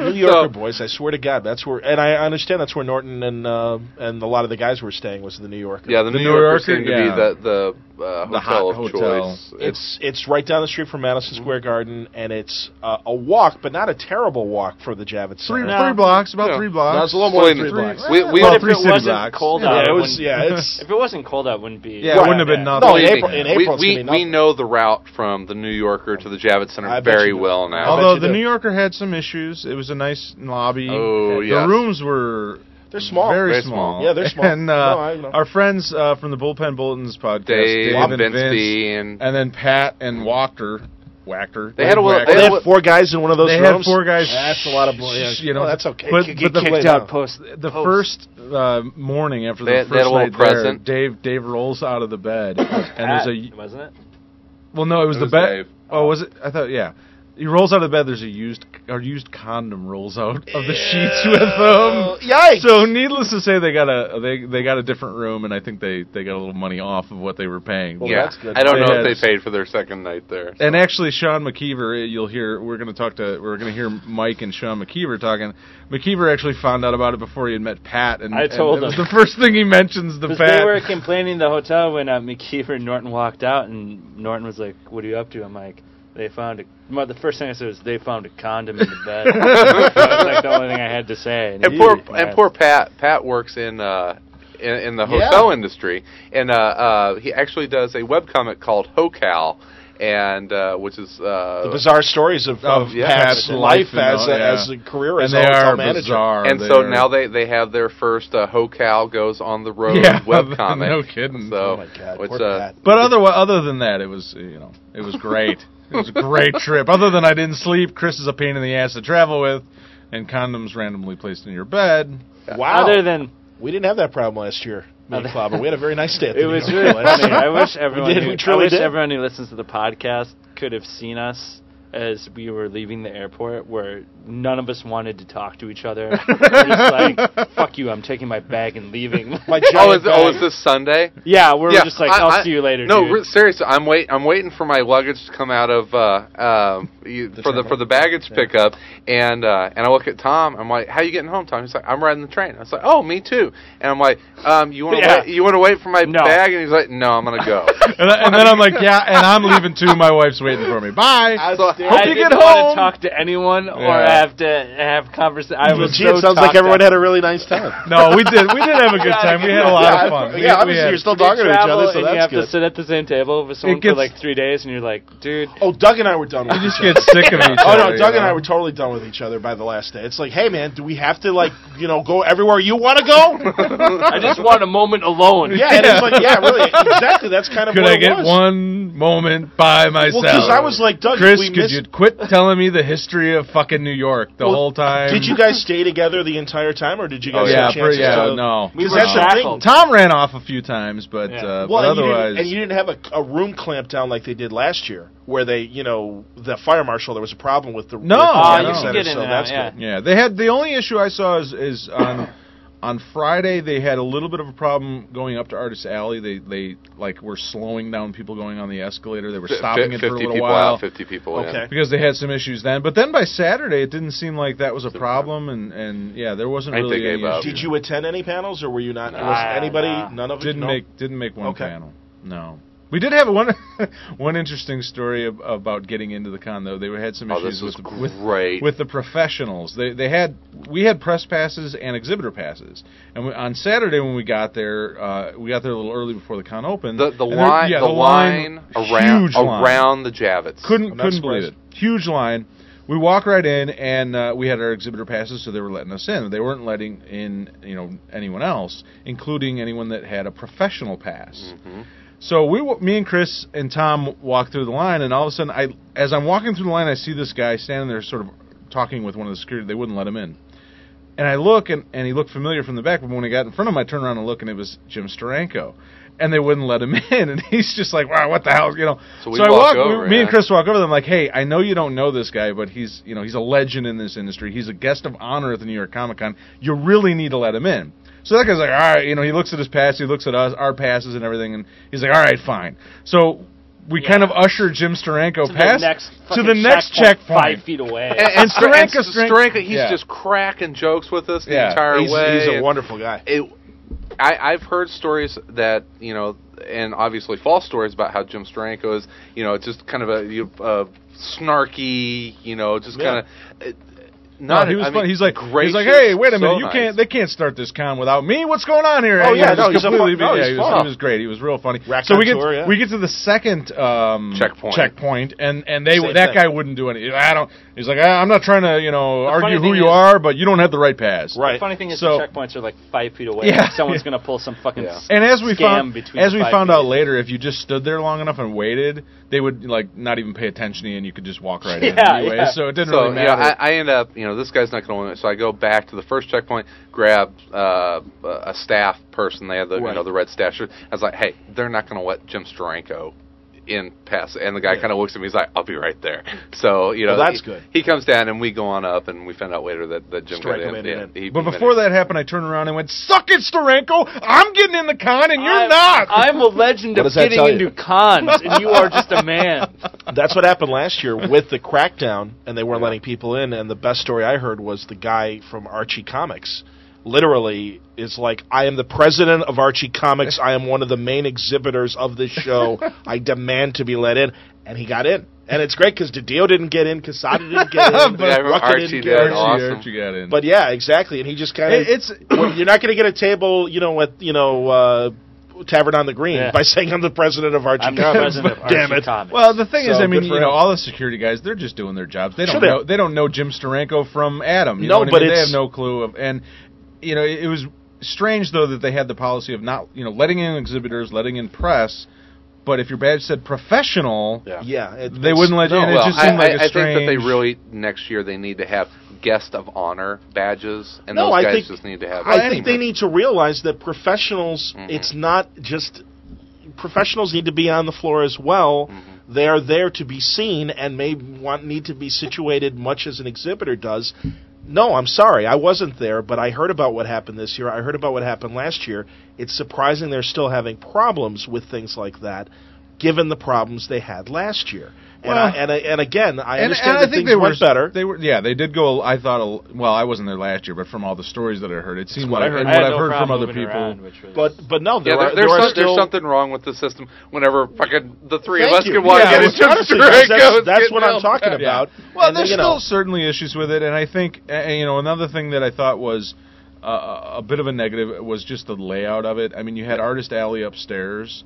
C: New Yorker boys, I swear to God, that's where. And I understand that's where Norton and uh, and a lot of the guys were staying was the New Yorker.
B: "Yeah, the,
A: The
B: New
A: New
B: Yorker
A: Yorker,
B: seemed to
A: yeah.
B: be the the, uh,
A: The hot
B: hotel of
A: hotel.
B: choice."
C: It's it's right down the street from Madison Square Garden, and it's uh, a walk, but not a terrible walk for the Javits
A: Three,
C: Center.
A: three blocks, about
B: Yeah.
A: three blocks.
C: That's a little more than
B: Wait a
C: three
B: minute.
C: blocks.
B: We,
A: Well,
B: we
D: But
B: all
D: if
A: three
D: it
A: city
D: wasn't
A: blocks.
D: cold
A: Yeah,
D: out,
C: Yeah, it
D: it
C: was.
D: wouldn't,
C: Yeah, it's.
D: if it wasn't cold out, it wouldn't be.
A: Yeah, it wouldn't have been
D: that bad.
A: nothing.
C: No, Oh, in April, in
B: we,
C: April it's
B: we,
C: gonna
B: we
C: be
B: know the route from the New Yorker to the Javits Center
C: I bet
B: very
C: you do.
B: well now.
C: I'll bet
A: Although
C: you
A: the
C: do.
A: New Yorker had some issues, it was a nice lobby.
B: Oh,
A: the
B: yes.
A: rooms were
C: They're small.
A: very,
B: Very
A: small.
B: small.
C: Yeah, they're small.
A: And uh,
C: No, I know.
A: our friends uh, from the Bullpen Bulletins podcast,
B: Dave,
A: and
B: Vince,
A: Vince,
B: B, and
A: and then Pat and Wachter, Wachter.
B: They had a-
A: Wachter.
C: Oh, they
B: had
C: had four guys in one of those
A: They had
C: rooms.
A: four guys.
C: That's a lot of boys.
A: Sh- you know,
C: oh, that's okay.
A: but-
C: You
A: but
C: get
A: the-
C: kicked
A: Wait,
C: out.
D: post
A: the first uh, morning after the
B: They had-
A: first
B: they had a little
A: night there,
B: present.
A: Dave Dave rolls out of the bed and there's a
D: wasn't it?
A: well no it was
B: It
A: the
B: was
A: bed
B: Dave.
A: oh was it I thought yeah He rolls out of bed. There's a used or used condom rolls out of the sheets with them.
C: Yikes!
A: So needless to say, they got a they they got a different room, and I think they they got a little money off of what they were paying.
C: Well,
B: yeah,
C: that's good.
B: I don't know
A: Yeah,
B: if
A: it's-
B: they paid for their second night there.
A: And actually, Sean McKeever, you'll hear. We're going to talk to. We're going to hear Mike and Sean McKeever talking. McKeever actually found out about it before he had met Pat, and
D: I
A: and
D: told
A: it was
D: him.
A: the first thing he mentions the
D: Because
A: Pat.
D: they were complaining the hotel when uh, McKeever and Norton walked out, and Norton was like, "What are you up to?" I'm like, "They found a." Well, the first thing I said was, "They found a condom in the bed." That's like the only thing I had to say.
B: and
D: he-
B: poor
D: yeah.
B: and poor Pat. Pat works in uh, in, in the
C: Yeah.
B: hotel industry, and uh, uh, he actually does a webcomic called HoCal, and uh, which is uh,
C: the bizarre stories of,
A: Of,
C: of,
A: yeah,
C: Pat's
A: Pat's life
C: life
A: and
C: as
A: all,
C: a,
A: yeah.
C: as a career
A: and
C: as
A: they
C: a hotel
A: are
C: manager.
A: bizarre.
B: and
A: They
B: so
A: are-
B: now they, they have their first uh, HoCal goes on the road
A: Yeah,
B: webcomic.
A: no kidding.
B: So
C: Oh my God,
B: it's,
C: poor
B: uh,
C: Pat.
A: But other other than that, it was you know it was great. it was a great trip. Other than I didn't sleep, Chris is a pain in the ass to travel with, and condoms randomly placed in your bed.
C: wow.
D: Other than
C: we didn't have that problem last year, me and
D: Other-
C: Claw, but we had a very nice day. At the
D: it was
C: New
D: really
C: York last
D: funny.
C: year.
D: I wish everyone
C: did,
D: who,
C: we truly
D: I wish
C: did.
D: everyone who listens to the podcast could have seen us as we were leaving the airport where none of us wanted to talk to each other. we just like, fuck you, I'm taking my bag and leaving.
C: My
B: Oh, is,
C: giant
B: oh,
C: bag.
B: is this Sunday?
D: yeah, we're
B: yeah,
D: just like,
B: I,
D: I'll
B: I-
D: see you later.
B: No,
D: dude.
B: re- seriously, I'm wait. I'm waiting for my luggage to come out of uh, uh, you- for the for the baggage pickup, and uh, and I look at Tom. I'm like, "How you getting home, Tom?" He's like, "I'm riding the train." I was like, "Oh, me too." And I'm like, um, "You want to
D: Yeah.
B: wait? You want to wait for my
D: No.
B: bag?" And he's like, "No, I'm gonna go."
A: And, I, and then I'm like, yeah, and I'm leaving too. My wife's waiting for me. Bye.
B: So-
D: I
A: Hope you get
D: didn't
A: home.
D: want to talk to anyone or
A: Yeah.
D: have to have conversation. I was
C: Gee, it
D: so
C: sounds like
D: talked
C: everyone
D: up.
C: had a really nice time.
A: No, we did. We did have a good time. We had a lot of fun. We-
C: Yeah,
A: we
C: obviously
A: had-
C: you're still
D: You
C: talking to each
D: travel
C: other, so
D: and you
C: that's
D: have
C: good.
D: to sit at the same table with someone
A: gets-
D: for like three days, and you're like, dude,
C: Oh, Doug and I were done. With
A: You just
C: each
A: get sick of each
C: other. Oh
A: other. you
C: no, Doug
A: know?
C: and I were totally done with each other by the last day. It's like, hey man, do we have to like you know go everywhere you want to go?
D: I just want a moment alone.
C: yeah, and it's like yeah, really, exactly. That's kind of
A: Could
C: what
A: I
C: it
A: get
C: was.
A: one moment by
C: Well,
A: myself?
C: because I was like, Doug, if
A: Chris,
C: we
A: could
C: missed-
A: you quit telling me the history of fucking New York the
C: Well,
A: whole time?
C: Did you guys stay together the entire time, or did you guys?
A: Oh, yeah,
C: have chances
A: pretty- yeah,
C: to-
A: no.
D: We
C: 'Cause
D: were
C: that's the
D: shackled.
C: thing.
A: Tom ran off a few times, but,
D: Yeah.
A: uh,
C: Well,
A: but
C: and you,
A: otherwise,
C: didn't, and you didn't have a, a room clamped down like they did last year, where they, you know, the fire marshal. There was a problem with the
A: No,
C: with the
A: Oh,
C: command
A: you can
C: center,
D: get in
C: so
D: and
C: that's
D: out, yeah.
C: good.
A: yeah, they had the only issue I saw is is on on Friday they had a little bit of a problem going up to Artist Alley. They they like were slowing down people going on the escalator. They were stopping it for a
B: Fifty
A: little
B: people
A: while.
B: out, fifty people
C: Okay.
B: in.
A: because they had some issues then, but then by Saturday it didn't seem like that was a problem, and, and yeah, there wasn't
B: I think
A: really
B: they
A: any
B: gave up.
A: issue.
C: Did you attend any panels, or were you not?
B: Nah,
C: was anybody?
D: nah.
C: None of you?
A: didn't
C: No?
A: make didn't make one
C: Okay.
A: panel. No, we did have one one interesting story ab- about getting into the con though. They had some
B: Oh,
A: issues
B: this was
A: with, with
B: great.
A: with the professionals. They they had we had press passes and exhibitor passes, and we, on Saturday when we got there, uh, we got there a little early before the con opened.
B: The the
A: And there-
B: line
A: yeah,
B: the line around
A: huge line.
B: around the Javits.
A: Couldn't
C: I'm not
A: couldn't
C: surprised.
A: believe it. Huge line. We walk right in, and uh, we had our exhibitor passes, so they were letting us in. They weren't letting in, you know, anyone else, including anyone that had a professional pass. So we, wa- me and Chris and Tom walk through the line, and all of a sudden, I, as I'm walking through the line, I see this guy standing there, sort of talking with one of the security. They wouldn't let him in, and I look, and, and he looked familiar from the back. But when he got in front of him, I turned around and look, and it was Jim Steranko, and they wouldn't let him in. And he's just like, "Wow, what the hell?" You know.
B: So we
A: I walk.
B: walk over,
A: me and
B: yeah.
A: Chris walk over. Them like, "Hey, I know you don't know this guy, but he's, you know, he's a legend in this industry. He's a guest of honor at the New York Comic Con. You really need to let him in." So that guy's like, all right, you know, he looks at his pass, he looks at us, our passes and everything, and he's like, all right, fine. So we
D: Yeah.
A: kind of usher Jim Steranko
D: to
A: past
D: the next
A: to
D: fucking
A: the next
D: checkpoint
A: checkpoint. Eh,
D: five feet away.
B: and, and, Stra- and
A: Steranko- Steranko-
B: Steranko, he's
A: yeah.
B: just cracking jokes with us the
A: Yeah,
B: entire
C: He's,
B: way.
C: he's a
B: And-
C: wonderful guy.
B: it, I, I've heard stories that you know, and obviously false stories about how Jim Steranko is, you know, just kind of a, you- a snarky, you know, just
C: Yeah.
B: kind of.
A: No,
B: Not
A: he was
B: I
A: funny.
B: mean,
A: he's like,
B: gracious,
A: he's like, hey, wait a minute,
B: so
A: you
B: nice.
A: can't, they can't start this con without me. What's going on here?
C: Oh,
A: And he
C: yeah,
A: was
C: no,
A: just
C: he's a fun-
A: completely,
C: no,
A: yeah,
C: he's
A: he, was,
C: fun.
A: he was great. He was real funny.
C: Rack
A: so we get
C: contour, yeah.
A: we get to the second um,
B: Checkpoint.
A: checkpoint, and and they
C: Same
A: that
C: thing.
A: guy wouldn't do any. I don't. He's like, I, I'm not trying to, you know,
D: The funny
A: argue who
D: thing
A: you
D: is-
A: are, but you don't have the right pass.
C: Right.
D: The funny thing is,
A: So-
D: the checkpoints are like five feet away.
A: Yeah.
D: Someone's gonna pull some fucking
B: Yeah.
D: s-
A: And as we found,
D: scam between
A: as
D: the
A: we
D: five
A: found
D: feet.
A: out later, if you just stood there long enough and waited, they would like not even pay attention to you, and you could just walk right in
D: Yeah,
A: anyway.
D: yeah.
A: So it didn't
B: so
A: really
B: you know,
A: matter.
B: I, I end up, you know, this guy's not going to win it. So I go back to the first checkpoint, grab uh, a staff person. They had the you know the red staff shirt. I was like, hey, they're not going to let Jim Steranko in pass. And the guy kind of looks at me. He's like, "I'll be right there." So you know,
C: Well, that's
B: he,
C: good.
B: He comes down and we go on up, and we find out later that, that Jim got
C: Steranko
B: in.
C: made it
B: Yeah,
C: in.
B: he-
A: But
B: he made
A: before
B: it.
A: that happened, I turned around and went, "Suck it, Starenko! I'm getting in the con, and you're
D: I'm,
A: not."
D: I'm a legend
C: What
D: of
C: does that
D: getting
C: tell you?
D: into cons, and you are just a man.
C: That's what happened last year with the crackdown, and they weren't letting people in. And the best story I heard was the guy from Archie Comics. Literally, is like, I am the president of Archie Comics. I am one of the main exhibitors of this show. I demand to be let in, and he got in. And it's great because Didio didn't get in, Casada didn't get in,
B: The guy from
C: Rucker
B: Archie
C: didn't
B: did.
C: get in.
B: Awesome.
A: Archie got in.
C: But yeah, exactly. And he just kind of
A: It- it's
C: well, you're not going to get a table, you know, at you know uh, Tavern on the Green
D: Yeah.
C: by saying I'm the president of Archie
D: I'm the
C: Comics.
D: president of Archie
C: Damn it!
D: Comics.
A: Well, the thing is,
C: So
A: I mean,
C: good
A: you
C: for
A: know,
C: him.
A: all the security guys, they're just doing their jobs. They don't
C: Sure they
A: know.
C: are.
A: They don't know Jim Steranko from Adam. You
C: No,
A: know what
C: but
A: I mean? they
C: it's-
A: have no clue of. And you know, it, it was strange though that they had the policy of not, you know, letting in exhibitors, letting in press. But if your badge said professional,
B: Yeah.
C: Yeah, it-
A: they wouldn't let you in. It
B: Oh, well,
A: just seemed
B: I,
A: like
B: I-
A: a
B: I think that they
A: strange-
B: really next year they need to have guest of honor badges, and
C: No,
B: those
C: I
B: guys
C: think-
B: just need to have.
C: I
B: a
C: think
B: team.
C: they need to realize that professionals.
B: Mhm.
C: It's not just professionals need to be on the floor as well.
B: Mm-hmm.
C: They are there to be seen and may want need to be situated much as an exhibitor does. No, I'm sorry, I wasn't there, but I heard about what happened this year. I heard about what happened last year. It's surprising they're still having problems with things like that, given the problems they had last year. And, I,
A: Well-
C: and, I, and again, I
A: and,
C: understand
A: and
C: that
A: I think
C: things
A: they were
C: went better.
A: They were, yeah, they did go. I thought, a, well, I wasn't there last year, but from all the stories that I heard, it seemed
C: what
A: like
C: I heard.
A: and
D: I
A: what
D: had
A: I've
D: no
A: heard from
D: problem
A: other
D: moving
A: people.
D: around, which was-
C: but but no, there
B: Yeah,
C: are,
B: there, there's,
C: there are
B: some-
C: still
B: there's something wrong with the system. Whenever fucking the three of
C: Thank
B: us
C: you.
B: can walk
A: Yeah,
B: in,
A: well,
B: it's just
C: honestly,
B: Durango
C: that's- that's-
B: and
C: that's
B: getting
C: what I'm
B: yelled
C: talking
B: at.
C: about.
A: Well,
C: And then,
A: there's
C: you
A: still
C: know-
A: certainly issues with it, and I think uh, you know another thing that I thought was uh, a bit of a negative was just the layout of it. I mean, you had Artist Alley upstairs,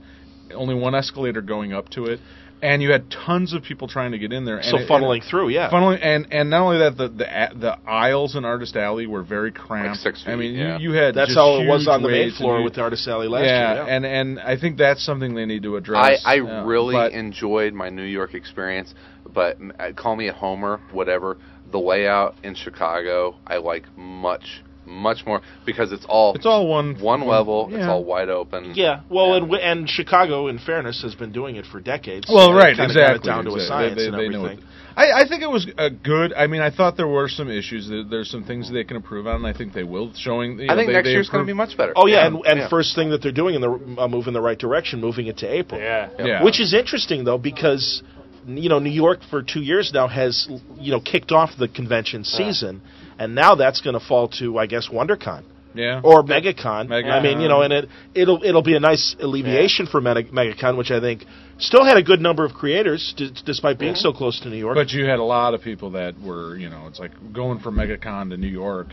A: only one escalator going up to it, and you had tons of people trying to get in there. And
C: so
A: it-
C: funneling through. Yeah,
A: Funneling, and and not only that, the the, a- the aisles in Artist Alley were very cramped.
B: six
A: I
B: feet,
A: mean,
B: yeah.
A: you, you had
C: That's
A: just
C: how it was
A: huge
C: on the main
A: waits and
C: floor
A: you-
C: with the Artist Alley last
A: yeah,
C: year.
A: and and I think that's something they need to
B: I,
A: address.
B: I
A: Yeah,
B: really
A: but-
B: enjoyed my New York experience, but m- uh, call me a homer, whatever. The layout in Chicago, I like much, much more because it's all
A: It's all one
B: one level. It's
A: yeah.
B: all wide open.
C: yeah. Well,
B: Yeah.
C: and w- and Chicago, in fairness, has been doing it for decades.
A: Well,
C: They
A: right,
C: kinda
A: exactly.
C: Got it down to a
A: exactly.
C: science
A: They-
C: and
A: they know
C: everything.
A: it. I, I think it was a good. I mean, I thought there were some issues. There, there's some things they can improve on, and I think they will. Showing, you
B: I
A: know,
B: think
A: they,
B: next
A: they
B: year's going to be
A: improve-
B: much better.
C: Oh yeah, and and
B: yeah.
C: first thing that they're doing in the uh, move in the right direction, moving it to April.
D: yeah.
A: Yeah.
C: Which is interesting though, because you know New York for two years now has you know kicked off the convention season, and now that's going to fall to I guess WonderCon.
A: yeah.
C: or MegaCon.
A: Megacon.
C: I mean, you know, and it it'll it'll be a nice alleviation for Meta, MegaCon, which I think still had a good number of creators, d- despite being so close to New York.
A: Mm-hmm. but you had a lot of people that were, you know, it's like going from MegaCon to New York,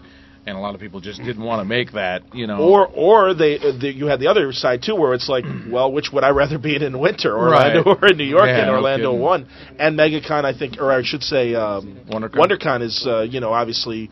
A: and a lot of people just didn't want to make that, you know.
C: or or they uh, the, you had the other side too, where it's like, well, which would I rather be in in winter,
A: Right.
C: Orlando or in New York?
A: Yeah,
C: and
A: no
C: Orlando
A: kidding.
C: won, and MegaCon, I think, or I should say, um,
A: WonderCon.
C: is uh, you know obviously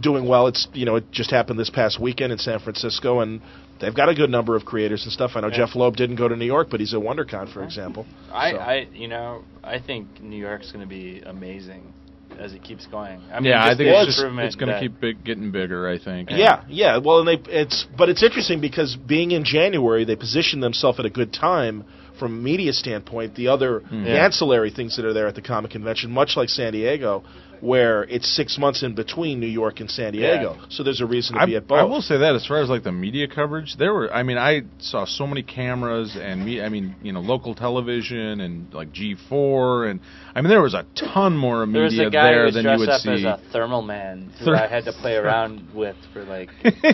C: doing well. It's you know it just happened this past weekend in San Francisco, and they've got a good number of creators and stuff. I know Jeff Loeb didn't go to New York, but he's at WonderCon, for example.
D: I,
C: So-
D: I, you know, I think New York's going to be amazing as it keeps going. I mean,
A: yeah, I
D: just
A: think
D: the
A: it's, just,
D: improvement
A: it's going to
D: that-
A: keep big, getting bigger. I think.
C: Yeah, yeah. Well, and they it's but it's interesting because being in January, they position themselves at a good time from a media standpoint. The other the
D: Yeah.
C: ancillary things that are there at the comic convention, much like San Diego, where it's six months in between New York and San Diego, so there's a reason to
A: I,
C: be at
A: I
C: both.
A: will say that as far as like the media coverage, there were. I mean, I saw so many cameras and me. I mean, you know, local television and like G4, and I mean, there was a ton more
D: There was
A: media
D: a guy who
A: there
D: was
A: than you
D: dressed
A: would
D: up as
A: see.
D: a thermal man who
A: Ther-
D: I had to play around with for like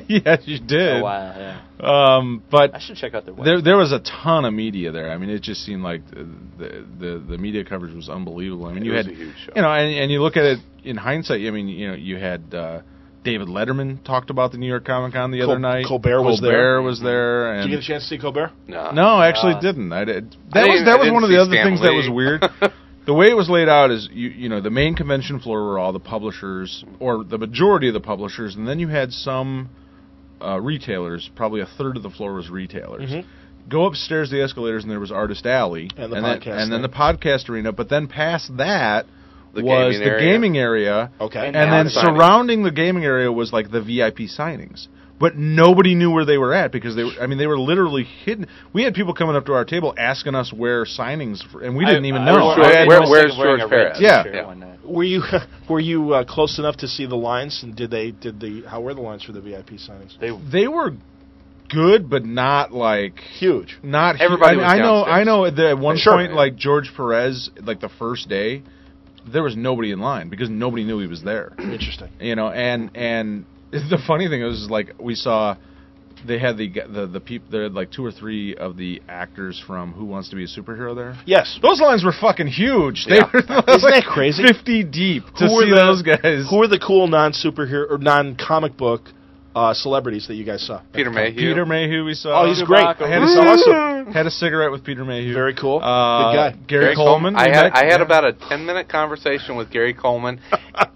A: yes, you did.
D: a Oh, while. Yeah.
A: Um, but
D: I should check out their website.
A: there there was a ton of media there. I mean, it just seemed like the the the, the media coverage was unbelievable. I mean,
B: It
A: you
B: was
A: had
B: a huge show.
A: you know, and and you look at it in hindsight. I mean, you know, you had. Uh, David Letterman talked about the New York Comic Con the
C: Col-
A: other night.
C: Colbert was there.
A: Colbert was there. And
C: Did you get a chance to see Colbert?
B: no,
A: No, I actually
D: Uh,
A: didn't. I did.
B: I
A: That was
B: didn't- I
A: that was
B: didn't
A: one of the
B: see
A: other
B: Stan
A: things that was
B: Lee.
A: weird. the way it was laid out is you you know the main convention floor were all the publishers or the majority of the publishers, and then you had some uh, retailers. Probably a third of the floor was retailers.
C: Mhm.
A: Go upstairs the escalaors, and there was Artist Alley,
C: And the
A: then,
C: podcast
A: and then
C: arena.
A: the podcast arena. But then past that
B: The
A: was
B: gaming
A: the
B: area.
A: gaming area,
C: Okay.
A: and then
B: Signings.
A: surrounding the gaming area was like the VIP signings. but nobody knew where they were at because they were. I mean, they were literally hidden. We had people coming up to our table asking us where signings, for, and we didn't even know.
B: sure-
A: I had
B: where-
A: no-
B: where- where's George Perez?
A: Yeah.
B: Yeah.
C: Were you were you uh, close enough to see the lines? And did they did the how were the lines for the VIP signings?
D: They
A: they were good, but not like
C: Huge.
A: not hu-
B: Everybody was
A: I, mean, I know.
B: downstairs.
A: I know. At the, at one
C: Sure.
A: point, like George Perez, like the first day, there was nobody in line because nobody knew he was there.
C: Interesting.
A: You know, and and the funny thing was like we saw they had the g- the the peop, there had like two or three of the actors from Who Wants to Be a Superhero there.
C: Yes.
A: Those lines were fucking huge. They
B: Yeah.
A: were
C: Isn't
A: like
C: that crazy?
A: Fifty deep to
C: were
A: see
C: the-
A: those guys.
C: Who were the cool non superhero or non comic book uh, celebrities that you guys saw?
B: Peter Mayhew.
A: Peter Mayhew we saw.
C: Oh, he's great.
A: I had a,
C: He's awesome.
A: had a cigarette with Peter Mayhew.
C: Very cool.
A: Uh,
C: Good guy.
A: Gary, Coleman.
B: I
A: we
B: had
A: met-
B: I had
A: yeah.
B: about a ten minute conversation with Gary Coleman.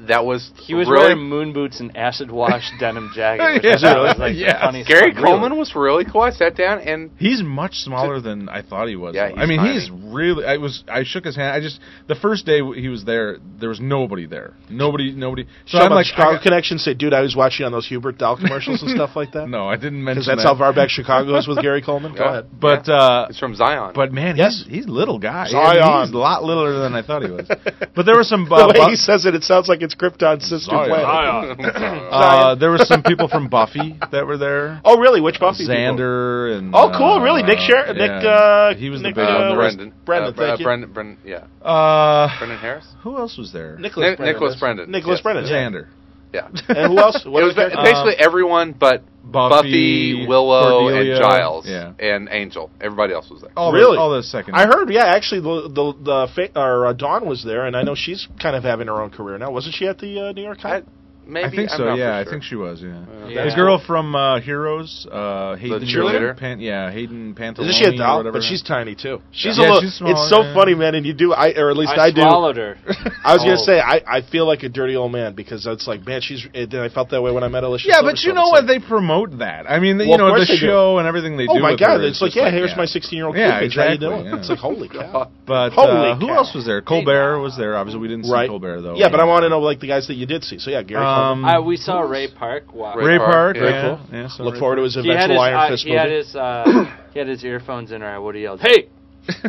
B: That was
D: He was
B: really
D: wearing moon boots and acid wash denim jacket, which
A: Yeah.
D: I thought was like
A: Yes.
D: the funniest.
B: Gary
D: thing.
B: Coleman was really cool. I sat down and
A: He's much smaller than I thought he was.
B: Yeah,
A: though.
B: he's
A: I mean,
B: tiny.
A: he's really. I was. I shook his hand. I just the first day he was there, there was nobody there. Nobody. Nobody. So
C: Show
A: I'm like,
C: Chicago
A: I-
C: Connection. Say, dude, I was watching on those Hubert Dahl commercials and stuff like that.
A: no, I didn't mention
C: because that's
A: that.
C: how far back Chicago is with Gary Coleman. Go
B: Yeah.
C: ahead.
A: But uh,
B: it's from Zion.
A: but man,
C: Yes.
A: he's he's a little guy.
C: Zion.
A: I mean, he's a lot littler than I thought he was. but there were some.
C: the
A: Uh,
C: way
A: bu-
C: he says it, it sounds like it's Krypton's sister
B: Oh,
A: Zion.
C: planet.
A: uh, there were some people from Buffy that were there.
C: Oh, really? Which Buffy? people?
A: Xander and
C: Oh, cool! Really, Nick
A: uh,
C: Sher-
A: yeah.
C: Nick. Uh,
A: he was
C: Nick,
A: the big
B: uh,
C: uh,
B: Brendan.
C: Brendan,
B: Uh, Bre-
C: thank you.
B: Brendan, Brendan, yeah.
A: uh,
B: Brendan Harris?
A: who else was there?
C: Nicholas
B: Nic-
C: Brennan.
B: Nicholas Brennan,
C: Nicholas
B: yes.
C: Brennan. yeah.
A: Xander.
B: Yeah.
C: And who else?
B: it
C: What
B: was
C: other characters?
B: ba- basically everyone but Buffy,
A: Uh, Buffy,
B: Willow,
A: Cordelia,
B: and Giles,
A: yeah. Oh,
B: and Angel. Everybody else was there.
A: All
C: Really?
A: The, all the second.
C: I heard, yeah, actually, the the, the fa- or, uh, Dawn was there, and I know she's kind of having her own career now. Wasn't she at the uh, New York
B: I,
C: Comic?
B: maybe
A: I think
B: I'm
A: so.
B: not
A: yeah,
B: for
A: I think she was. Yeah,
D: Yeah.
A: the girl from uh, Heroes, uh, Hayden
B: cheerleader?
A: Pan, yeah, Hayden Pantalone.
C: Isn't she a
A: Or
C: doll?
A: whatever.
C: But she's tiny too. She's
A: Yeah,
C: a little.
A: she's small,
C: it's so
A: yeah.
C: funny, man. And you do, I or at least I,
D: I
C: do.
D: swallowed her.
C: I was gonna
D: Oh.
C: say, I, I feel like a dirty old man because it's like, man, she's. And then I felt that way when I met Alicia.
A: yeah, but
C: Silverstone.
A: you know
C: It's
A: what?
C: like,
A: They promote that. I mean,
C: Well,
A: you
C: of
A: know,
C: course
A: the
C: they do.
A: show and everything they do.
C: Oh my
A: with
C: god!
A: her is
C: It's like,
A: just
C: yeah, here's
A: yeah.
C: my 16 year old
A: Yeah,
C: kid. bitch, How you
A: exactly,
C: doing?
A: yeah.
C: It's like, holy cow!
A: But
C: Holy
A: uh, who
C: cow. uh,
A: else was there? Colbert was there. Obviously, we didn't see
C: right?
A: Colbert though.
C: Yeah, but I want to know like the guys that you did see. So yeah, Gary. Coleman.
A: Um,
D: I, we saw Ray Park walk.
A: Ray
B: Ray
A: Park.
B: Park,
A: yeah.
B: yeah.
A: Cool. yeah so
C: Look
A: Ray
C: forward to his
D: He had
C: eventual
D: his,
C: Iron
D: uh,
C: Fist
D: he had
C: movie.
D: his uh, he had his earphones in, or I would have yelled, "Hey!"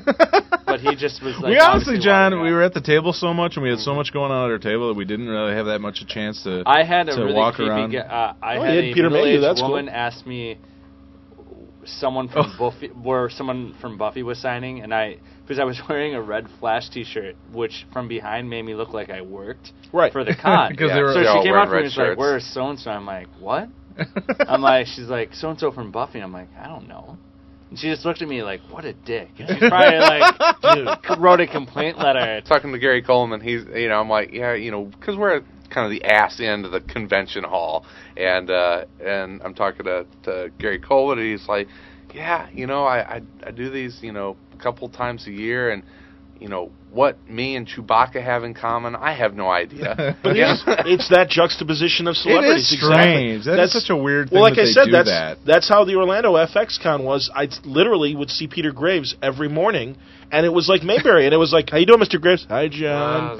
D: But he just was like.
A: we honestly, John,
D: walking
A: we
D: out.
A: were at the table so much, and we had so much going on at our table that we didn't really have that much a chance to.
D: I had a
A: to
D: really
A: walk
D: creepy.
A: around.
D: gu- uh, I
C: Oh,
D: had,
C: you had
D: a
C: Peter Mayhew,
D: middle-aged
C: that's cool.
D: woman ask me someone from Buffy, where someone from Buffy was signing, and I because I was wearing a red Flash T-shirt, which from behind made me look like I worked
C: Right.
D: for the con.
A: 'Cause they
B: Yeah.
A: were-
D: so
B: They're
D: she
B: all
D: came
B: wearing
D: up to me
B: red
D: and was like,
B: shirts.
D: "Where's so and so?" I'm like, "What?" I'm like, she's like, "So and so from Buffy." I'm like, "I don't know." And she just looked at me like, "What a dick." And she probably like dude, wrote a complaint letter.
B: Talking to Gary Coleman, he's you know I'm like yeah you know because we're at kind of the ass end of the convention hall, and uh, and I'm talking to, to Gary Coleman, and he's like yeah you know I, I I do these you know a couple times a year, and you know what me and Chewbacca have in common, I have no idea.
C: But
B: Yeah.
C: it's, it's that juxtaposition of celebrities.
A: strange.
C: Exactly.
A: That is such a weird
C: Well,
A: thing
C: like
A: that
C: I
A: they
C: said,
A: do
C: that's
A: that.
C: that's how the Orlando FX Con was. I t- literally would see Peter Graves every morning, and it was like Mayberry, and it was like, "How you doing, Mr. Graves? Hi, John.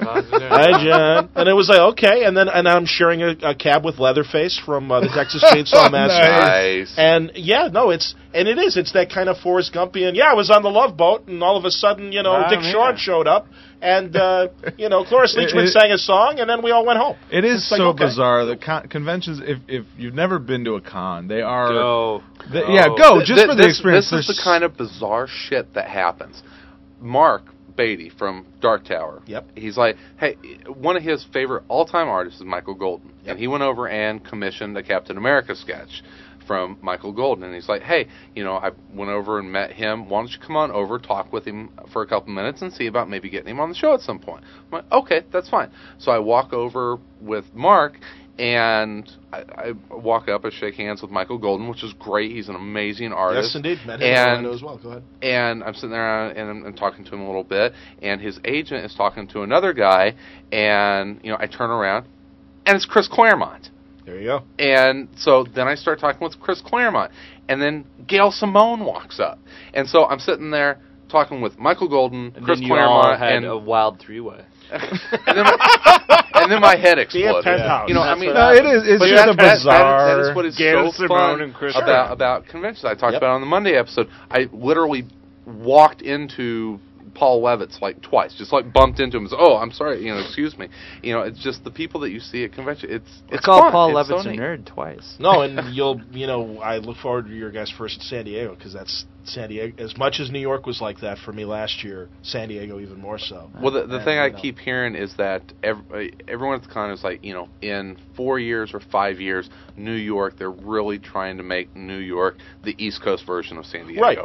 B: uh,
C: Hi, John." And it was like, "Okay." And then and I'm sharing a, a cab with Leatherface from uh, the Texas Chainsaw Massacre.
B: nice.
C: And yeah, no, it's and it is. It's that kind of Forrest Gumpian. Yeah, I was on the Love Boat, and all of a sudden, you know,
D: Wow,
C: Dick
D: yeah.
C: Shawn showed up, and uh, you know, Cloris
A: It-
C: Leachman
A: it-
C: sang a song, and then we all went home.
A: It is
C: It's like,
A: so
C: okay.
A: bizarre. The con- conventions, if if you've never been to a con, they are.
B: oh,
D: Go.
A: they- yeah, go just
B: Th-
A: for the
B: this-
A: experience.
B: This is the kind of bizarre shit that happens. Mark Beatty from Dark Tower.
C: Yep.
B: He's like, hey, one of his favorite all-time artists is Michael Golden, and he went over and commissioned a Captain America sketch from Michael Golden, and he's like, hey, you know, I went over and met him. Why don't you come on over, talk with him for a couple minutes, and see about maybe getting him on the show at some point? I'm like, okay, that's fine. So I walk over with Mark, and I, I walk up and shake hands with Michael Golden, which is great. He's an amazing artist.
C: Yes, indeed, met him in
B: and
C: Orlando as well. Go ahead.
B: and I'm sitting there uh, and I'm, I'm talking to him a little bit, and his agent is talking to another guy, and you know I turn around, and it's Chris Claremont.
C: There you go.
B: And so then I start talking with Chris Claremont, and then Gail Simone walks up, and so I'm sitting there talking with Michael Golden,
D: And
B: Chris
D: then you all
B: Claremont,
D: had
B: and
D: a wild three-way.
B: and, then my, and then my head exploded.
I: penthouse.
B: You know, I
I: That's
B: mean,
I: what
A: No, it is. It's
B: but
A: just
B: that-
A: a
B: that- that is-
A: bizarre.
B: that is what is
J: Gail
B: so
J: Simone
B: fun
J: and Chris
B: about about conventions. I talked
I: Yep.
B: about it on the Monday episode. I literally walked into Paul Levitz like twice, just like bumped into him. and said, Oh, I'm sorry. You know, excuse me. You know, it's just the people that you see at convention. It's
D: We
B: it's
D: called
B: fun.
D: Paul
B: It's so
D: Levitz a
B: neat.
D: nerd twice.
I: No, and you'll you know I look forward to your guys' first in San Diego because that's San Diego. As much as New York was like that for me last year, San Diego even more so.
B: Well, the, the
D: Uh, I
B: thing I
D: don't know.
B: keep hearing is that uh, every, everyone at the con is like, you know, in four years or five years, New York, they're really trying to make New York the East Coast version of San Diego.
I: Right.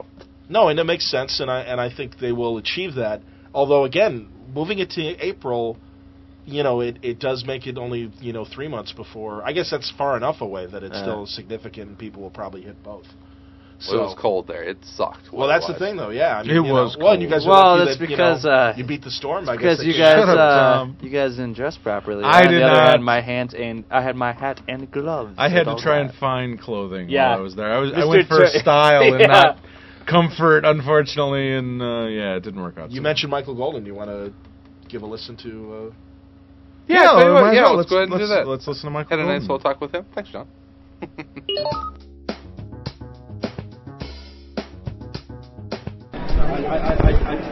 I: No, and it makes sense, and I and I think they will achieve that. Although again, moving it to April, you know, it, it does make it only you know three months before. I guess that's far enough away that it's
D: Yeah.
I: still significant, and people will probably hit both.
B: Well, it was cold there. It sucked.
I: Well, that's the
B: weather-wise.
I: thing, though. Yeah, I mean,
A: It
I: you
A: was
I: Know, well, and you
A: cold.
I: guys. are
D: Well,
I: lucky
D: that's
I: that, you
D: because,
I: know,
D: uh,
I: you beat the storm. I guess
D: Because
I: they
D: you
I: could-
D: guys,
A: Shut up,
D: uh,
A: Tom.
D: you guys didn't dress properly.
A: I
D: On
A: did
D: the other
A: not.
D: Hand, my hands and I had my hat and gloves.
A: I had
D: and all
A: to try and
D: that.
A: find clothing
D: Yeah.
A: while I was there. I was I
D: Mr.
A: went for
D: Tra-
A: style and
D: Yeah.
A: not comfort, unfortunately, and uh, yeah, it didn't work out.
I: You
A: so
I: mentioned Michael Golden. You want to give a listen to? Uh,
A: well.
B: Yeah, tell you
A: we
B: what,
A: might as
B: yeah,
A: well.
B: let's go ahead and do
A: let's,
B: that.
A: Let's listen to Michael.
B: Had a nice
A: Bolton.
B: little talk with him. Thanks, John.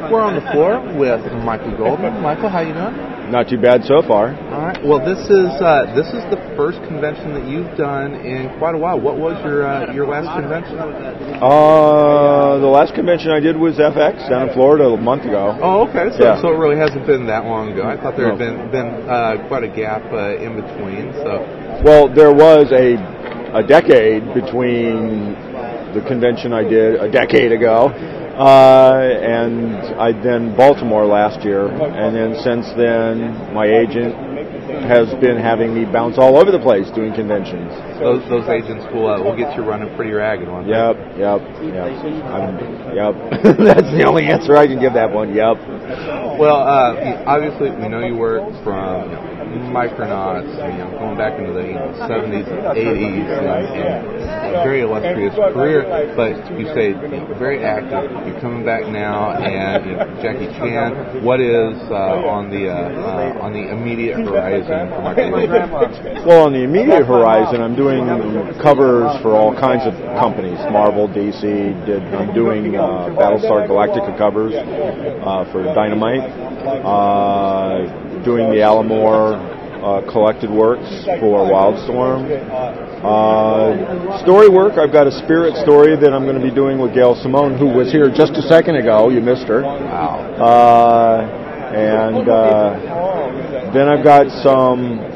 E: We're on the floor with Michael Goldman. Michael, how you doing?
C: Not too bad so far.
E: All right. Well, this is uh, this is the first convention that you've done in quite a while. What was your uh, your last convention?
C: Uh, the last convention I did was FX down in Florida a month ago.
E: Oh, okay. So,
C: Yeah.
E: so it really hasn't been that long ago. I thought there had
C: No.
E: been been uh, quite a gap uh, in between. So
C: Well, there was a a decade between the convention I did a decade ago, uh, and I then Baltimore last year, and then since then my agent has been having me bounce all over the place doing conventions.
E: those those agents will uh, will get you running pretty ragged on that.
C: Yep, yep, yep. I'm, yep. That's the only answer I can give that one. Yep.
E: Well, uh, you- obviously, we know you work from you know, Micronauts, you know, going back into the you know, 70s, 80s, and, and a very illustrious career. But you say you know, very active. You're coming back now, and you know, Jackie Chan. What is uh, on the uh, uh, on the immediate horizon for Michael Golden?
C: Well, on the immediate horizon, I'm doing covers for all kinds of companies, Marvel, DC. Did, I'm doing uh, Battlestar Galactica covers uh, for Dynamite. Uh, doing the Alamore uh, collected works for Wildstorm. Uh, story work, I've got a spirit story that I'm going to be doing with Gail Simone, who was here just a second ago. You missed her. Wow. Uh, and uh, then I've got some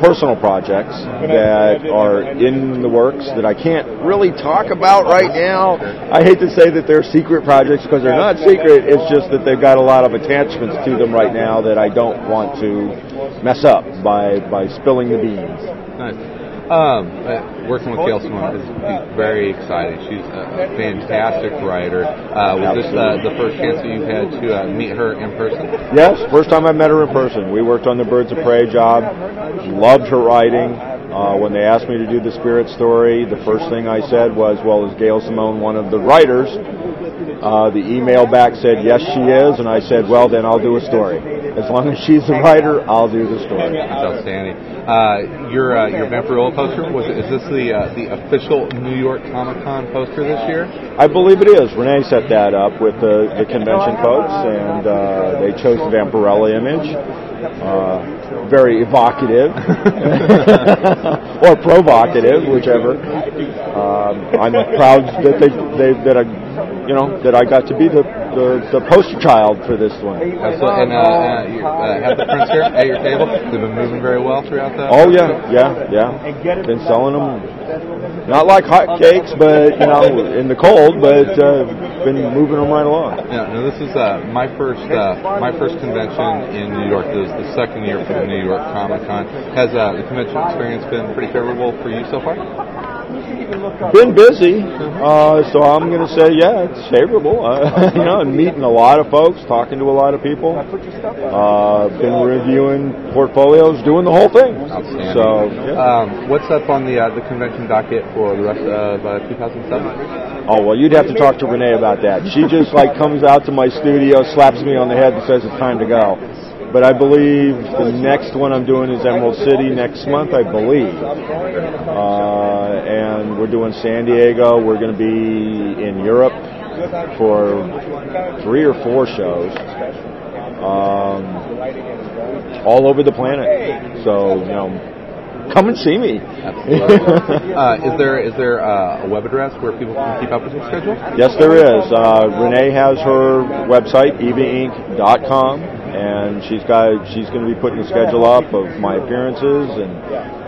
C: personal projects that are in the works that I can't really talk about right now. I hate to say that they're secret projects because they're not secret. It's just that they've got a lot of attachments to them right now that I don't want to mess up by by spilling the beans.
E: Nice. Um, uh, working with Gail Simone is very exciting. She's a, a fantastic writer. Uh, was this uh, the first chance that you've had to uh, meet her in person?
C: Yes, first time I met her in person. We worked on the Birds of Prey job. Loved her writing. Uh, when they asked me to do the Spirit story, the first thing I said was, "Well, is Gail Simone one of the writers?" Uh, the email back said, "Yes, she is," and I said, "Well, then I'll do a story. As long as she's the writer, I'll do the story."
E: That's outstanding. Uh, your uh, your Vampirella poster was is this the uh, the official New York Comic Con poster this year?
C: I believe it is. Renee set that up with the, the convention folks, and uh, they chose the Vampirella image. Uh, very evocative, or provocative, whichever. Um, I'm proud that they, they that I, you know, that I got to be the, the, the poster child for this one.
E: Absolutely. And uh, uh, you uh, have the prints here at your table. They've been moving very well throughout the.
C: Oh yeah, yeah, yeah. Been selling them, not like hotcakes, but you know, in the cold, but uh, been moving them right along.
E: Yeah, no, this is uh, my first uh, my first convention in New York. This is the second year for the New York Comic Con. Has uh, the convention experience been pretty favorable for you so far?
C: been busy, uh, so I'm going to say, yeah, it's favorable. Uh, you know, I'm meeting a lot of folks, talking to a lot of people. Uh, been reviewing portfolios, doing the whole thing.
E: Outstanding.
C: So, yeah.
E: Um, what's up on the uh, the convention docket for the rest of uh, 2007?
C: oh well, you'd have to talk to Renee about that. She just like comes out to my studio, slaps me on the head, and says it's time to go. But I believe the next one I'm doing is Emerald City next month, I believe. Uh, and we're doing San Diego. We're going to be in Europe for three or four shows. Um, all over the planet. So, you know, come and see me.
E: Uh, is there is there uh, a web address where people can keep up with your schedule?
C: Yes, there is. Uh, Renee has her website, evainc.com, and she's got she's going to be putting a schedule up of my appearances and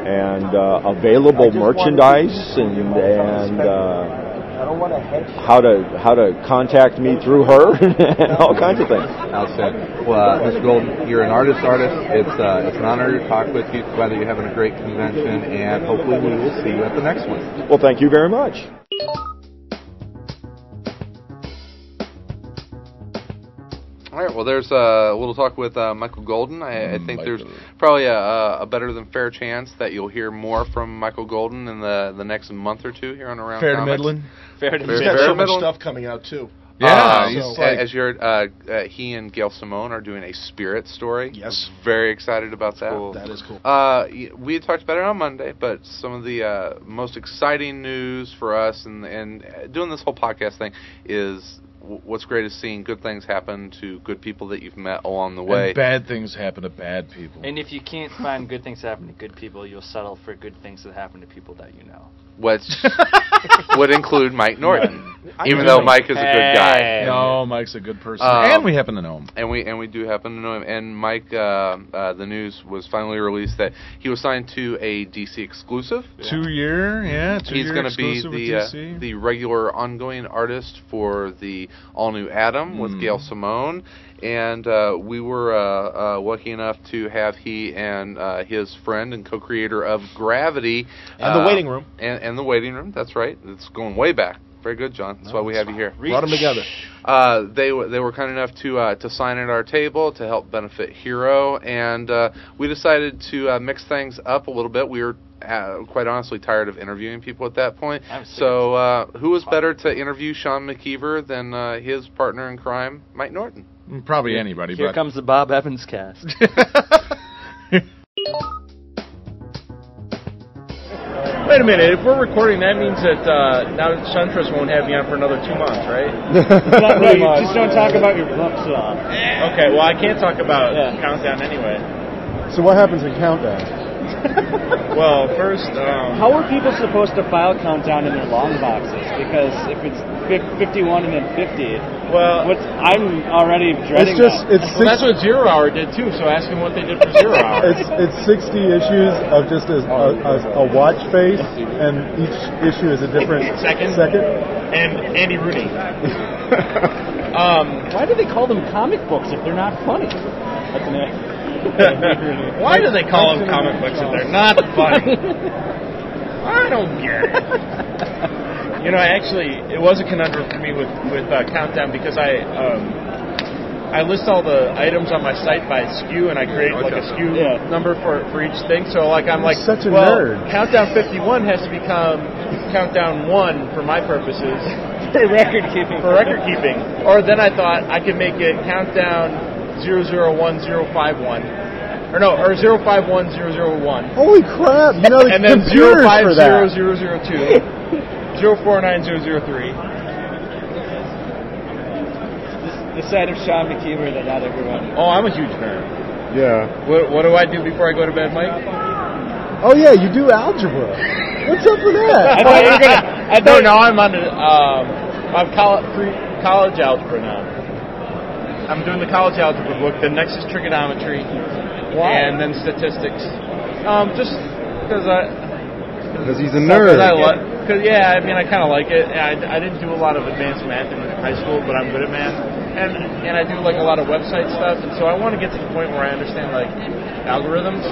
C: and uh, available merchandise and and uh,
D: I don't want to head
C: how to how to contact me through her and all kinds of things.
E: Outstanding. Well, uh, Mr. Golden, you're an artist, artist. It's uh, it's an honor to talk with you. Glad that you're having a great convention, and hopefully we will see you at the next one.
C: Well, thank you very much.
B: All right. Well, there's uh, a little talk with uh, Michael Golden. I,
A: Mm,
B: I think there's probably a, a a better than fair chance that you'll hear more from Michael Golden in the, the next month or two here on Around
A: Fair to
B: Comics.
A: middling.
K: Fair to
B: Fair-
L: He's
K: say.
L: got so much
B: Middle-
L: stuff coming out too.
A: Yeah,
B: Uh,
A: he's
B: so-
A: like-
B: as you're, uh, uh, he and Gail Simone are doing a spirit story.
L: Yes.
B: Very excited about that.
K: Cool.
L: That is cool.
B: Uh, y- we had talked about it on Monday, but some of the uh, most exciting news for us and and uh, doing this whole podcast thing is w- what's great is seeing good things happen to good people that you've met along the way.
A: And bad things happen to bad people.
K: And if you can't find good things that happen to good people, you'll settle for good things that happen to people that you know.
B: which would include Mike Norton,
L: I
B: even
L: do.
B: though Mike is a good guy.
K: Hey.
A: no, oh, Mike's a good person,
B: Um,
A: and we happen to know him.
B: and we and we do happen to know him. And Mike, uh, uh, the news was finally released that he was signed to a DC exclusive.
A: Two year, yeah, two
B: Um, He's
A: year
B: going to be
A: exclusive
B: the
A: with
B: uh,
A: DC.
B: the regular ongoing artist for the all new Adam with
A: Mm.
B: Gail Simone, and uh, we were uh, uh, lucky enough to have he and uh, his friend and co-creator of Gravity
L: And The
B: uh,
L: Waiting Room.
B: and, and the waiting room. That's right. It's going way back. Very good, John. That's why we have you here.
L: Brought them together.
B: Uh, they were they were kind enough to uh, to sign at our table to help benefit Hero, and uh, we decided to uh, mix things up a little bit. We were uh, quite honestly tired of interviewing people at that point.
K: I'm sick
B: So uh, who was better to interview Sean McKeever than uh, his partner in crime, Mike Norton?
A: Probably anybody,
K: Here
A: but
K: comes the Bob Evans cast.
F: Wait a minute. If we're recording, that means that uh, now SunTrust won't have me on for another two months, right?
D: no, you just don't talk about your lump song.
F: Okay. Well, I can't talk about
D: Yeah.
F: countdown anyway.
E: So what happens in countdown?
F: Well, first, um,
D: How are people supposed to file countdown in their long boxes? Because if it's fif- 51 and then 50,
F: well,
D: what's I'm already dreading that.
E: it's
F: well, that's what Zero Hour did too. So ask him what they did for Zero Hour.
M: It's it's 60 issues of just a, a, a, a watch face, and each issue is a different
F: Second.
M: Second.
F: and Andy Rooney. um,
D: Why do they call them comic books if they're not funny? That's an
F: why do they call them comic books if they're not funny? I don't get it. You know, I actually, it was a conundrum for me with with uh, Countdown because I um, I list all the items on my site by SKU and I create like a SKU
D: Yeah.
F: number for for each thing. So like I'm like
M: Such a
F: well,
M: nerd.
F: Countdown 51 has to become Countdown 1 for my purposes
D: For record keeping.
F: for record keeping. Or then I thought I could make it Countdown 001051. Or no, or 051001
M: Holy crap! You know the
F: and then
M: computers
F: zero five
M: for
F: zero
M: that.
F: zero zero two, zero four nine zero zero three.
D: The side of Sean McKeever that not everyone.
F: Oh, I'm a huge nerd.
M: Yeah.
F: What, what do I do before I go to bed, Mike?
M: Oh yeah, you do algebra. What's up with
F: I
M: that?
F: thought you were gonna. I no, no, I'm on. the, Um, I'm college pre college algebra now. I'm doing the college algebra book. Then next is trigonometry, and then statistics. Um, just because I.
E: Because he's a
F: Cause I lo- cause, yeah, I mean, I kind of like it. And I, I didn't do a lot of advanced math in high school, but I'm good at math, and and I do like a lot of website stuff, and so I want to get to the point where I understand like algorithms,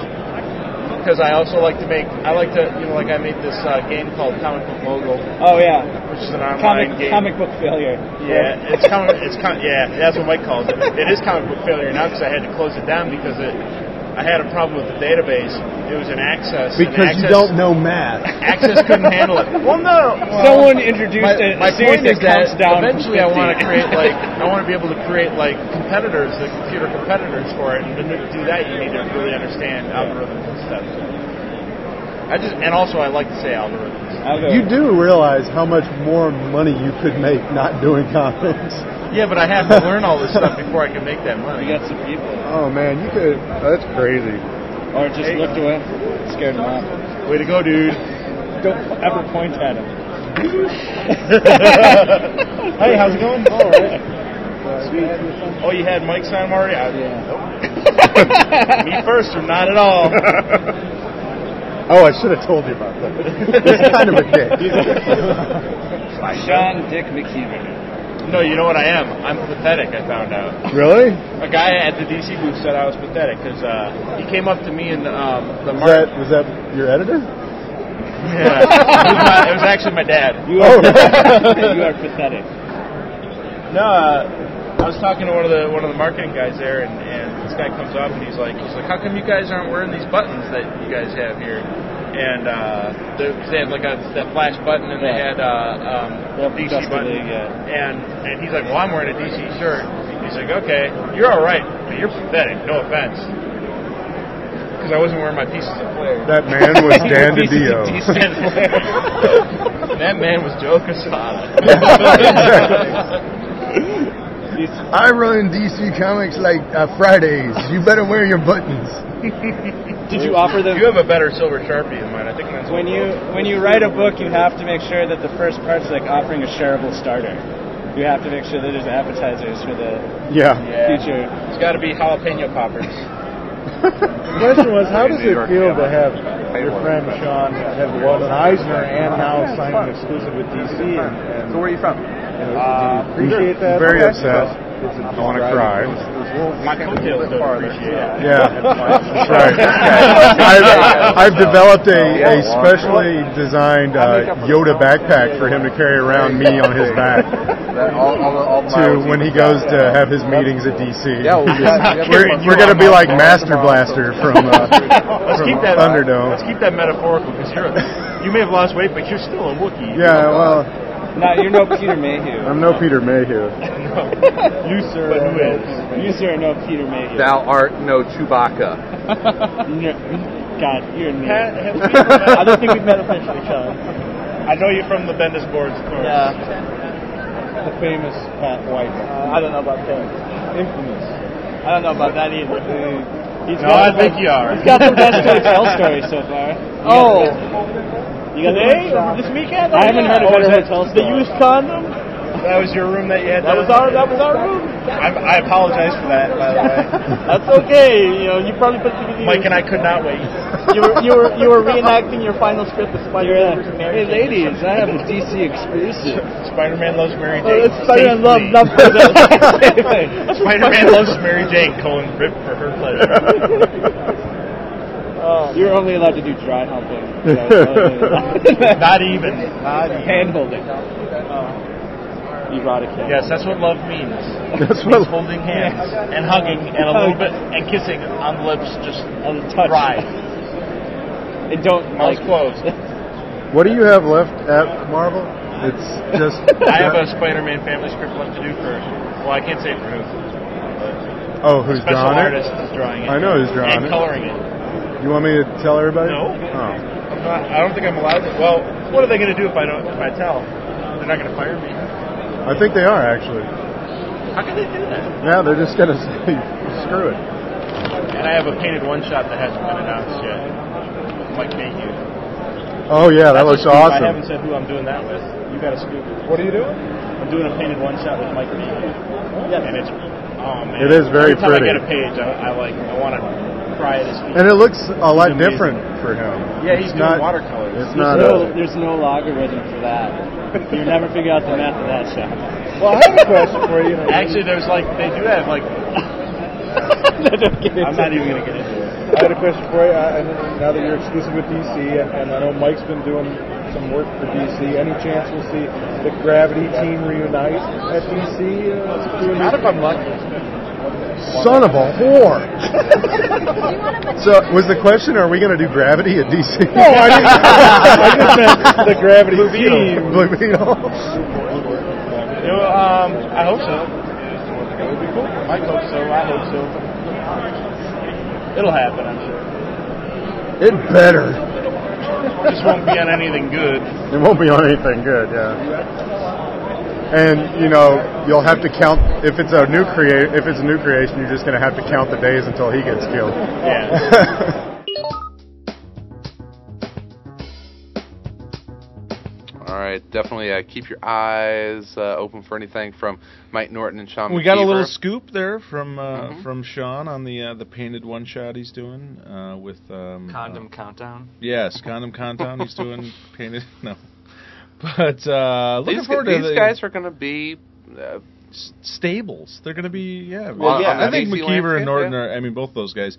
F: because I also like to make. I like to, you know, like I made this uh, game called Comic Book Mogul,
D: Oh yeah.
F: which is an online
D: Comic
F: game.
D: comic book failure.
F: Yeah, it's comic. It's com- yeah, that's what Mike calls it. It is comic book failure now because I had to close it down because it I had a problem with the database. It was an access. and
E: Because you
F: access-
E: don't know math.
F: Access couldn't handle it. Well, no.
H: Someone introduced
F: Oh, my,
H: a- a
F: my
H: series
F: point
H: that
F: is that
H: counts down from
F: eventually I want to
H: 50.
F: create like I want to be able to create like competitors, the computer competitors for it, and to do that you need to really understand algorithms and stuff. I just and also I like to say algorithms.
E: You do realize how much more money you could make not doing comics.
F: Yeah, but I have to learn all this stuff before I can make that money. You got some people.
A: Oh man, you could. That's crazy.
F: Or just looked away.
A: Scared him off.
F: uh, Way to go, dude.
H: Don't ever point at him.
F: hey, how's it going? All right. Sweet. Oh, you had Mike's on already? I, nope. Me first or not at all.
E: Oh, I should have told you about that. It's kind of a dick.
F: Sean Dick McKeever. No, you know what I am? I'm pathetic, I found out.
E: Really?
F: A guy at the DC booth said I was pathetic because uh, he came up to me and um, the
E: Was that, was that your editor?
F: Yeah. it, was my, it was actually my dad.
E: You are- Oh.
H: you are
F: pathetic. No, uh, I was talking to one of the one of the marketing guys there, and, and this guy comes up and he's like, he's like, how come you guys aren't wearing these buttons that you guys have here? And uh, they they had like a that flash button, and they
H: Yeah.
F: had uh, um, DC
H: Dust
F: button,
H: League,
F: and and he's like, well, I'm wearing a DC shirt. He's like, okay, you're all right, but you're pathetic. No offense. Because I wasn't wearing my pieces of flair.
A: That man was Dan DiDio.
F: Pieces of decent flair. that man was Joe Quesada.
A: I run DC Comics like uh, Fridays. You better wear your buttons.
H: Did you offer them?
F: You have a better silver sharpie than mine. I think mine's
H: When you when you write a book, you have to make sure that the first part's like offering a shareable starter. You have to make sure that there's appetizers for the
E: Yeah.
H: future.
F: It's got to be jalapeno poppers.
E: The question was, how does it feel to have your friend Sean have won an Eisner and now sign an exclusive with DC? And, so where are you from? Uh, appreciate that.
A: Very
E: Okay.
A: upset. I want to cry.
F: My coattails don't appreciate it.
E: Yeah, that's right. I've, I've developed a, a specially designed uh, Yoda backpack for him to carry around me on his back to when he goes to have his meetings at DC.
A: Yeah, well, we got- we got-
E: we're we're going to be like Master Blaster from uh,
F: Let's
E: from
F: keep that. uh,
E: Thunderdome.
F: Let's keep that metaphorical because you're. A, you may have lost weight, but you're still a Wookiee.
E: Yeah, well.
H: No, you're no Peter Mayhew.
E: I'm no Peter Mayhew.
F: you sir. But who is?
H: You sir are no Peter Mayhew.
B: Thou art no Chewbacca.
H: No, God, you're me.
F: Ha- have we
H: I don't think we've met officially, Sean.
F: I know you from the Bendis boards. Of course.
H: The famous Pat White. Uh, I don't know about him. Infamous. I don't know about that either. He's
F: No,
H: got
F: I think you are.
H: He's got the best hotel story so far.
F: Oh.
H: You got the
F: Today?
H: best shop.
F: This weekend?
H: I haven't heard a
F: Oh,
H: better
F: is that
H: hotel
F: the
H: story.
F: used condom? That was your room that you had.
H: That was our- that was our
F: room. I, I apologize for that, by the way.
H: That's okay. You know, you probably put together.
F: Mike and I could not wait.
H: You were, you were you were reenacting your final script of Spider-Man. versus
F: Hey,
H: Mary Jane.
F: ladies, I have a
H: DC exclusive.
F: Spider-Man loves Mary
H: Oh,
F: Jane.
H: it's Spider-Man loves love.
F: Spider-Man loves Mary Jane. Colin ripped for her pleasure.
H: You're only allowed to do dry humping. Uh,
F: Not even. Not even. Uh,
H: Hand holding. Erotic hand.
F: Yes, that's what love means.
H: That's
F: It
H: what-
F: means holding hands and hugging and a little bit and kissing on the lips, just on the touch. Right.
H: And don't
F: mouth closed.
E: What do you have left at Marvel? It's just.
F: I have a Spider-Man family script left to do for. Well, I can't say for who.
E: Oh, who's
F: Special
E: drawing it?
F: artist is drawing it.
E: I know who's drawing
F: and
E: it.
F: coloring it.
E: You want me to tell everybody? Oh.
F: No. I'm not, I don't think I'm allowed to. Well, what are they going to do if I don't? If I tell, they're not going to fire me.
E: I think they are actually.
F: How can they do that?
E: Yeah, they're just gonna say, screw it.
F: And I have a painted one shot that hasn't been announced yet. Mike Mayhew.
E: Oh yeah, that
F: That's a
E: looks
F: scoop.
E: awesome.
F: I haven't said who I'm doing that with. You got a scoop. What are you doing? I'm doing a painted one shot with Mike Mayhew. Yeah. And it's oh man.
E: It is very
F: Every time
E: pretty.
F: I get a page, I, I like. I want to try it. as
E: And it looks a lot different for him.
F: Yeah,
E: It's
F: he's
E: not-
F: doing watercolors.
E: It's
H: There's
E: not.
H: no,
E: a-
H: there's no logarithm for that. You never figure out the math of that shot.
E: Well, I have a question for you.
F: Actually, there's like they do have like. I'm not even gonna get into it.
N: I had a question for you. I, I mean, now that you're exclusive with DC, and, and I know Mike's been doing some work for DC, any chance we'll see the Gravity team reunite at DC? Uh,
F: Not if I'm lucky.
O: Son of a whore. So, was the question, are we going to do gravity at DC?
P: No, I didn't- I just meant the gravity
O: Blue Beetle.
P: theme.
O: Blue Beetle.
Q: You know, um, I hope so. It would be cool. I hope so. I hope so. It'll happen, I'm sure.
O: It better.
Q: Just won't be on anything good.
O: It won't be on anything good, yeah. And you know, you'll have to count if it's a new create if it's a new creation, you're just going to have to count the days until he gets killed.
Q: Yeah.
B: All right, definitely uh, keep your eyes uh, open for anything from Mike Norton and Sean.
A: We got a
B: McKeever.
A: little scoop there from uh, from Sean on the uh, the painted one shot he's doing uh, with um,
D: Condom
A: uh,
D: countdown.
A: Yes, condom countdown. He's doing painted no, but uh, looking
B: These,
A: forward
B: gu-
A: to
B: these
A: the
B: guys are going to be. Uh,
A: stables. They're going to be yeah.
B: Well,
A: I-
B: yeah,
A: I,
B: on the
A: think
B: DC
A: McKeever
B: landscape,
A: and Norton
B: yeah.
A: are. I mean, both those guys.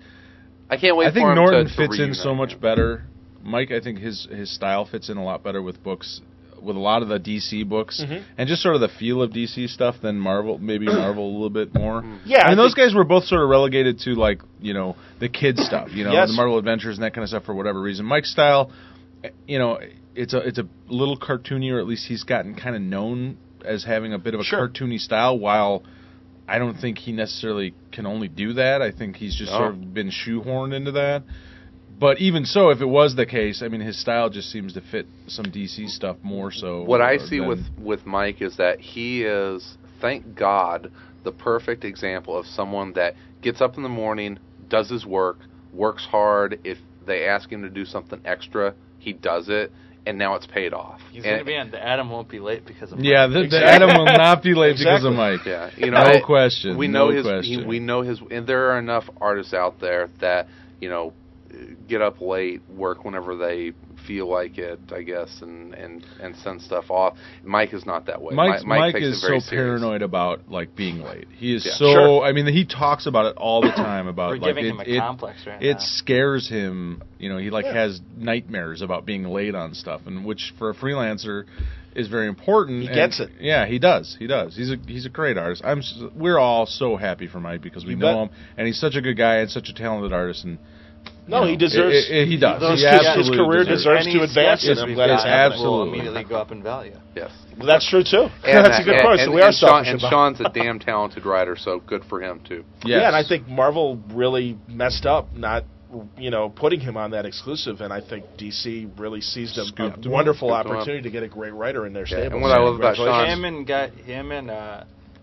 B: I can't wait
A: I think
B: for 'em to-
A: Norton
B: to
A: fits in
B: reunite,
A: so much better. Mike, I think his his style fits in a lot better with books, with a lot of the DC books,
C: Mhm.
A: and just sort of the feel of DC stuff than Marvel. Maybe Marvel a little bit more.
C: Yeah,
A: I
C: I
A: mean, those guys were both sort of relegated to like you know the kid stuff, you know,
C: Yes.
A: the Marvel Adventures and that kind of stuff for whatever reason. Mike's style, eh, you know, it's a it's a little cartoony, or at least he's gotten kind of known as having a bit of a cartoony style while. I don't think he necessarily can only do that. I think he's just
B: No.
A: sort of been shoehorned into that. But even so, if it was the case, I mean, his style just seems to fit some DC stuff more so.
B: What I
A: uh,
B: see
A: than-
B: with with Mike is that he is, thank God, the perfect example of someone that gets up in the morning, does his work, works hard. If they ask him to do something extra, he does it, and now it's paid off.
D: He's
B: And-
D: gonna be on. The Adam won't be late because of.
A: Yeah, the,
D: Mike.
A: the Adam will not be late because of Mike.
B: Yeah, you know,
A: no
B: I-
A: question.
B: We know
A: no
B: his.
A: Question.
B: he- we know his. And there are enough artists out there that you know get up late, work whenever they feel like it, I guess, and and and send stuff off. Mike is not that way. Mi-
A: Mike's, Mike,
B: takes
A: is
B: it
A: so
B: very serious.
A: paranoid about like being late. He is
B: Yeah.
A: so.
B: Sure.
A: I mean, he talks about it all the time about
D: We're
A: like
D: giving
A: it,
D: him a
A: it-
D: complex right
A: it
D: now.
A: scares him. You know, he like has nightmares about being late on stuff, and which for a freelancer is very important.
C: He
A: and-
C: gets it.
A: Yeah, he does. He does. He's a he's a great artist. I'm. s- We're all so happy for Mike because we
C: You
A: know
C: bet.
A: him, and he's such a good guy and such a talented artist. And
C: No,
A: you know,
C: he deserves-
A: it- it- he does.
C: those-
A: He
C: his- his
A: absolutely
C: career deserves
A: it.
C: to advance, and
A: It's-
C: I'm glad it's happening.
A: absolutely.
D: Will immediately go up in value.
B: Yes.
C: That's true too.
B: And
C: That's
B: that-
C: a good
B: and-
C: point.
B: and-
C: so we are
B: and Sean,
C: selfish
B: and
C: about.
B: Sean's a damn talented writer, so good for him too.
C: Yeah, and I think Marvel really messed up not you know putting him on that exclusive, and I think DC really seized a,
A: Scooped
C: a
A: him
C: wonderful
A: up. Scooped him up.
C: opportunity to get a great writer in their
B: Yeah,
C: stable.
B: and what I love about
C: Congratulations.
D: Him and guy, him and uh,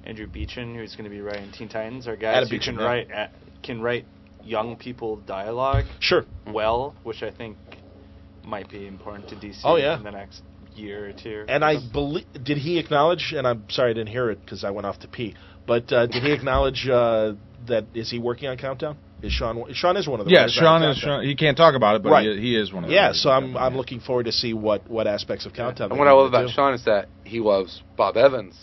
D: Andrew Beechin, who's going to be writing Teen Titans, are guys
C: Adam
D: who
C: Beechin,
D: can
C: yeah.
D: write at, can write young people dialogue.
C: Sure.
A: Mm-hmm.
D: Well, which I think might be important to DC.
C: Oh, yeah.
D: In the next year or two.
C: And I believe did he acknowledge? And I'm sorry I didn't hear it because I went off to pee. But uh, did he acknowledge uh, that is he working on Countdown? Is Sean Sean is one of the
A: Yeah,
C: writers on
A: Sean is.
C: Countdown.
A: Sean, he can't talk about it, but
C: Right.
A: he, he is one of. the
C: Yeah,
A: writers.
C: so I'm I'm looking forward to see what what aspects of Countdown.
B: And
C: they're
B: what I
C: gonna
B: love about
C: do.
B: Sean is that he loves Bob Evans.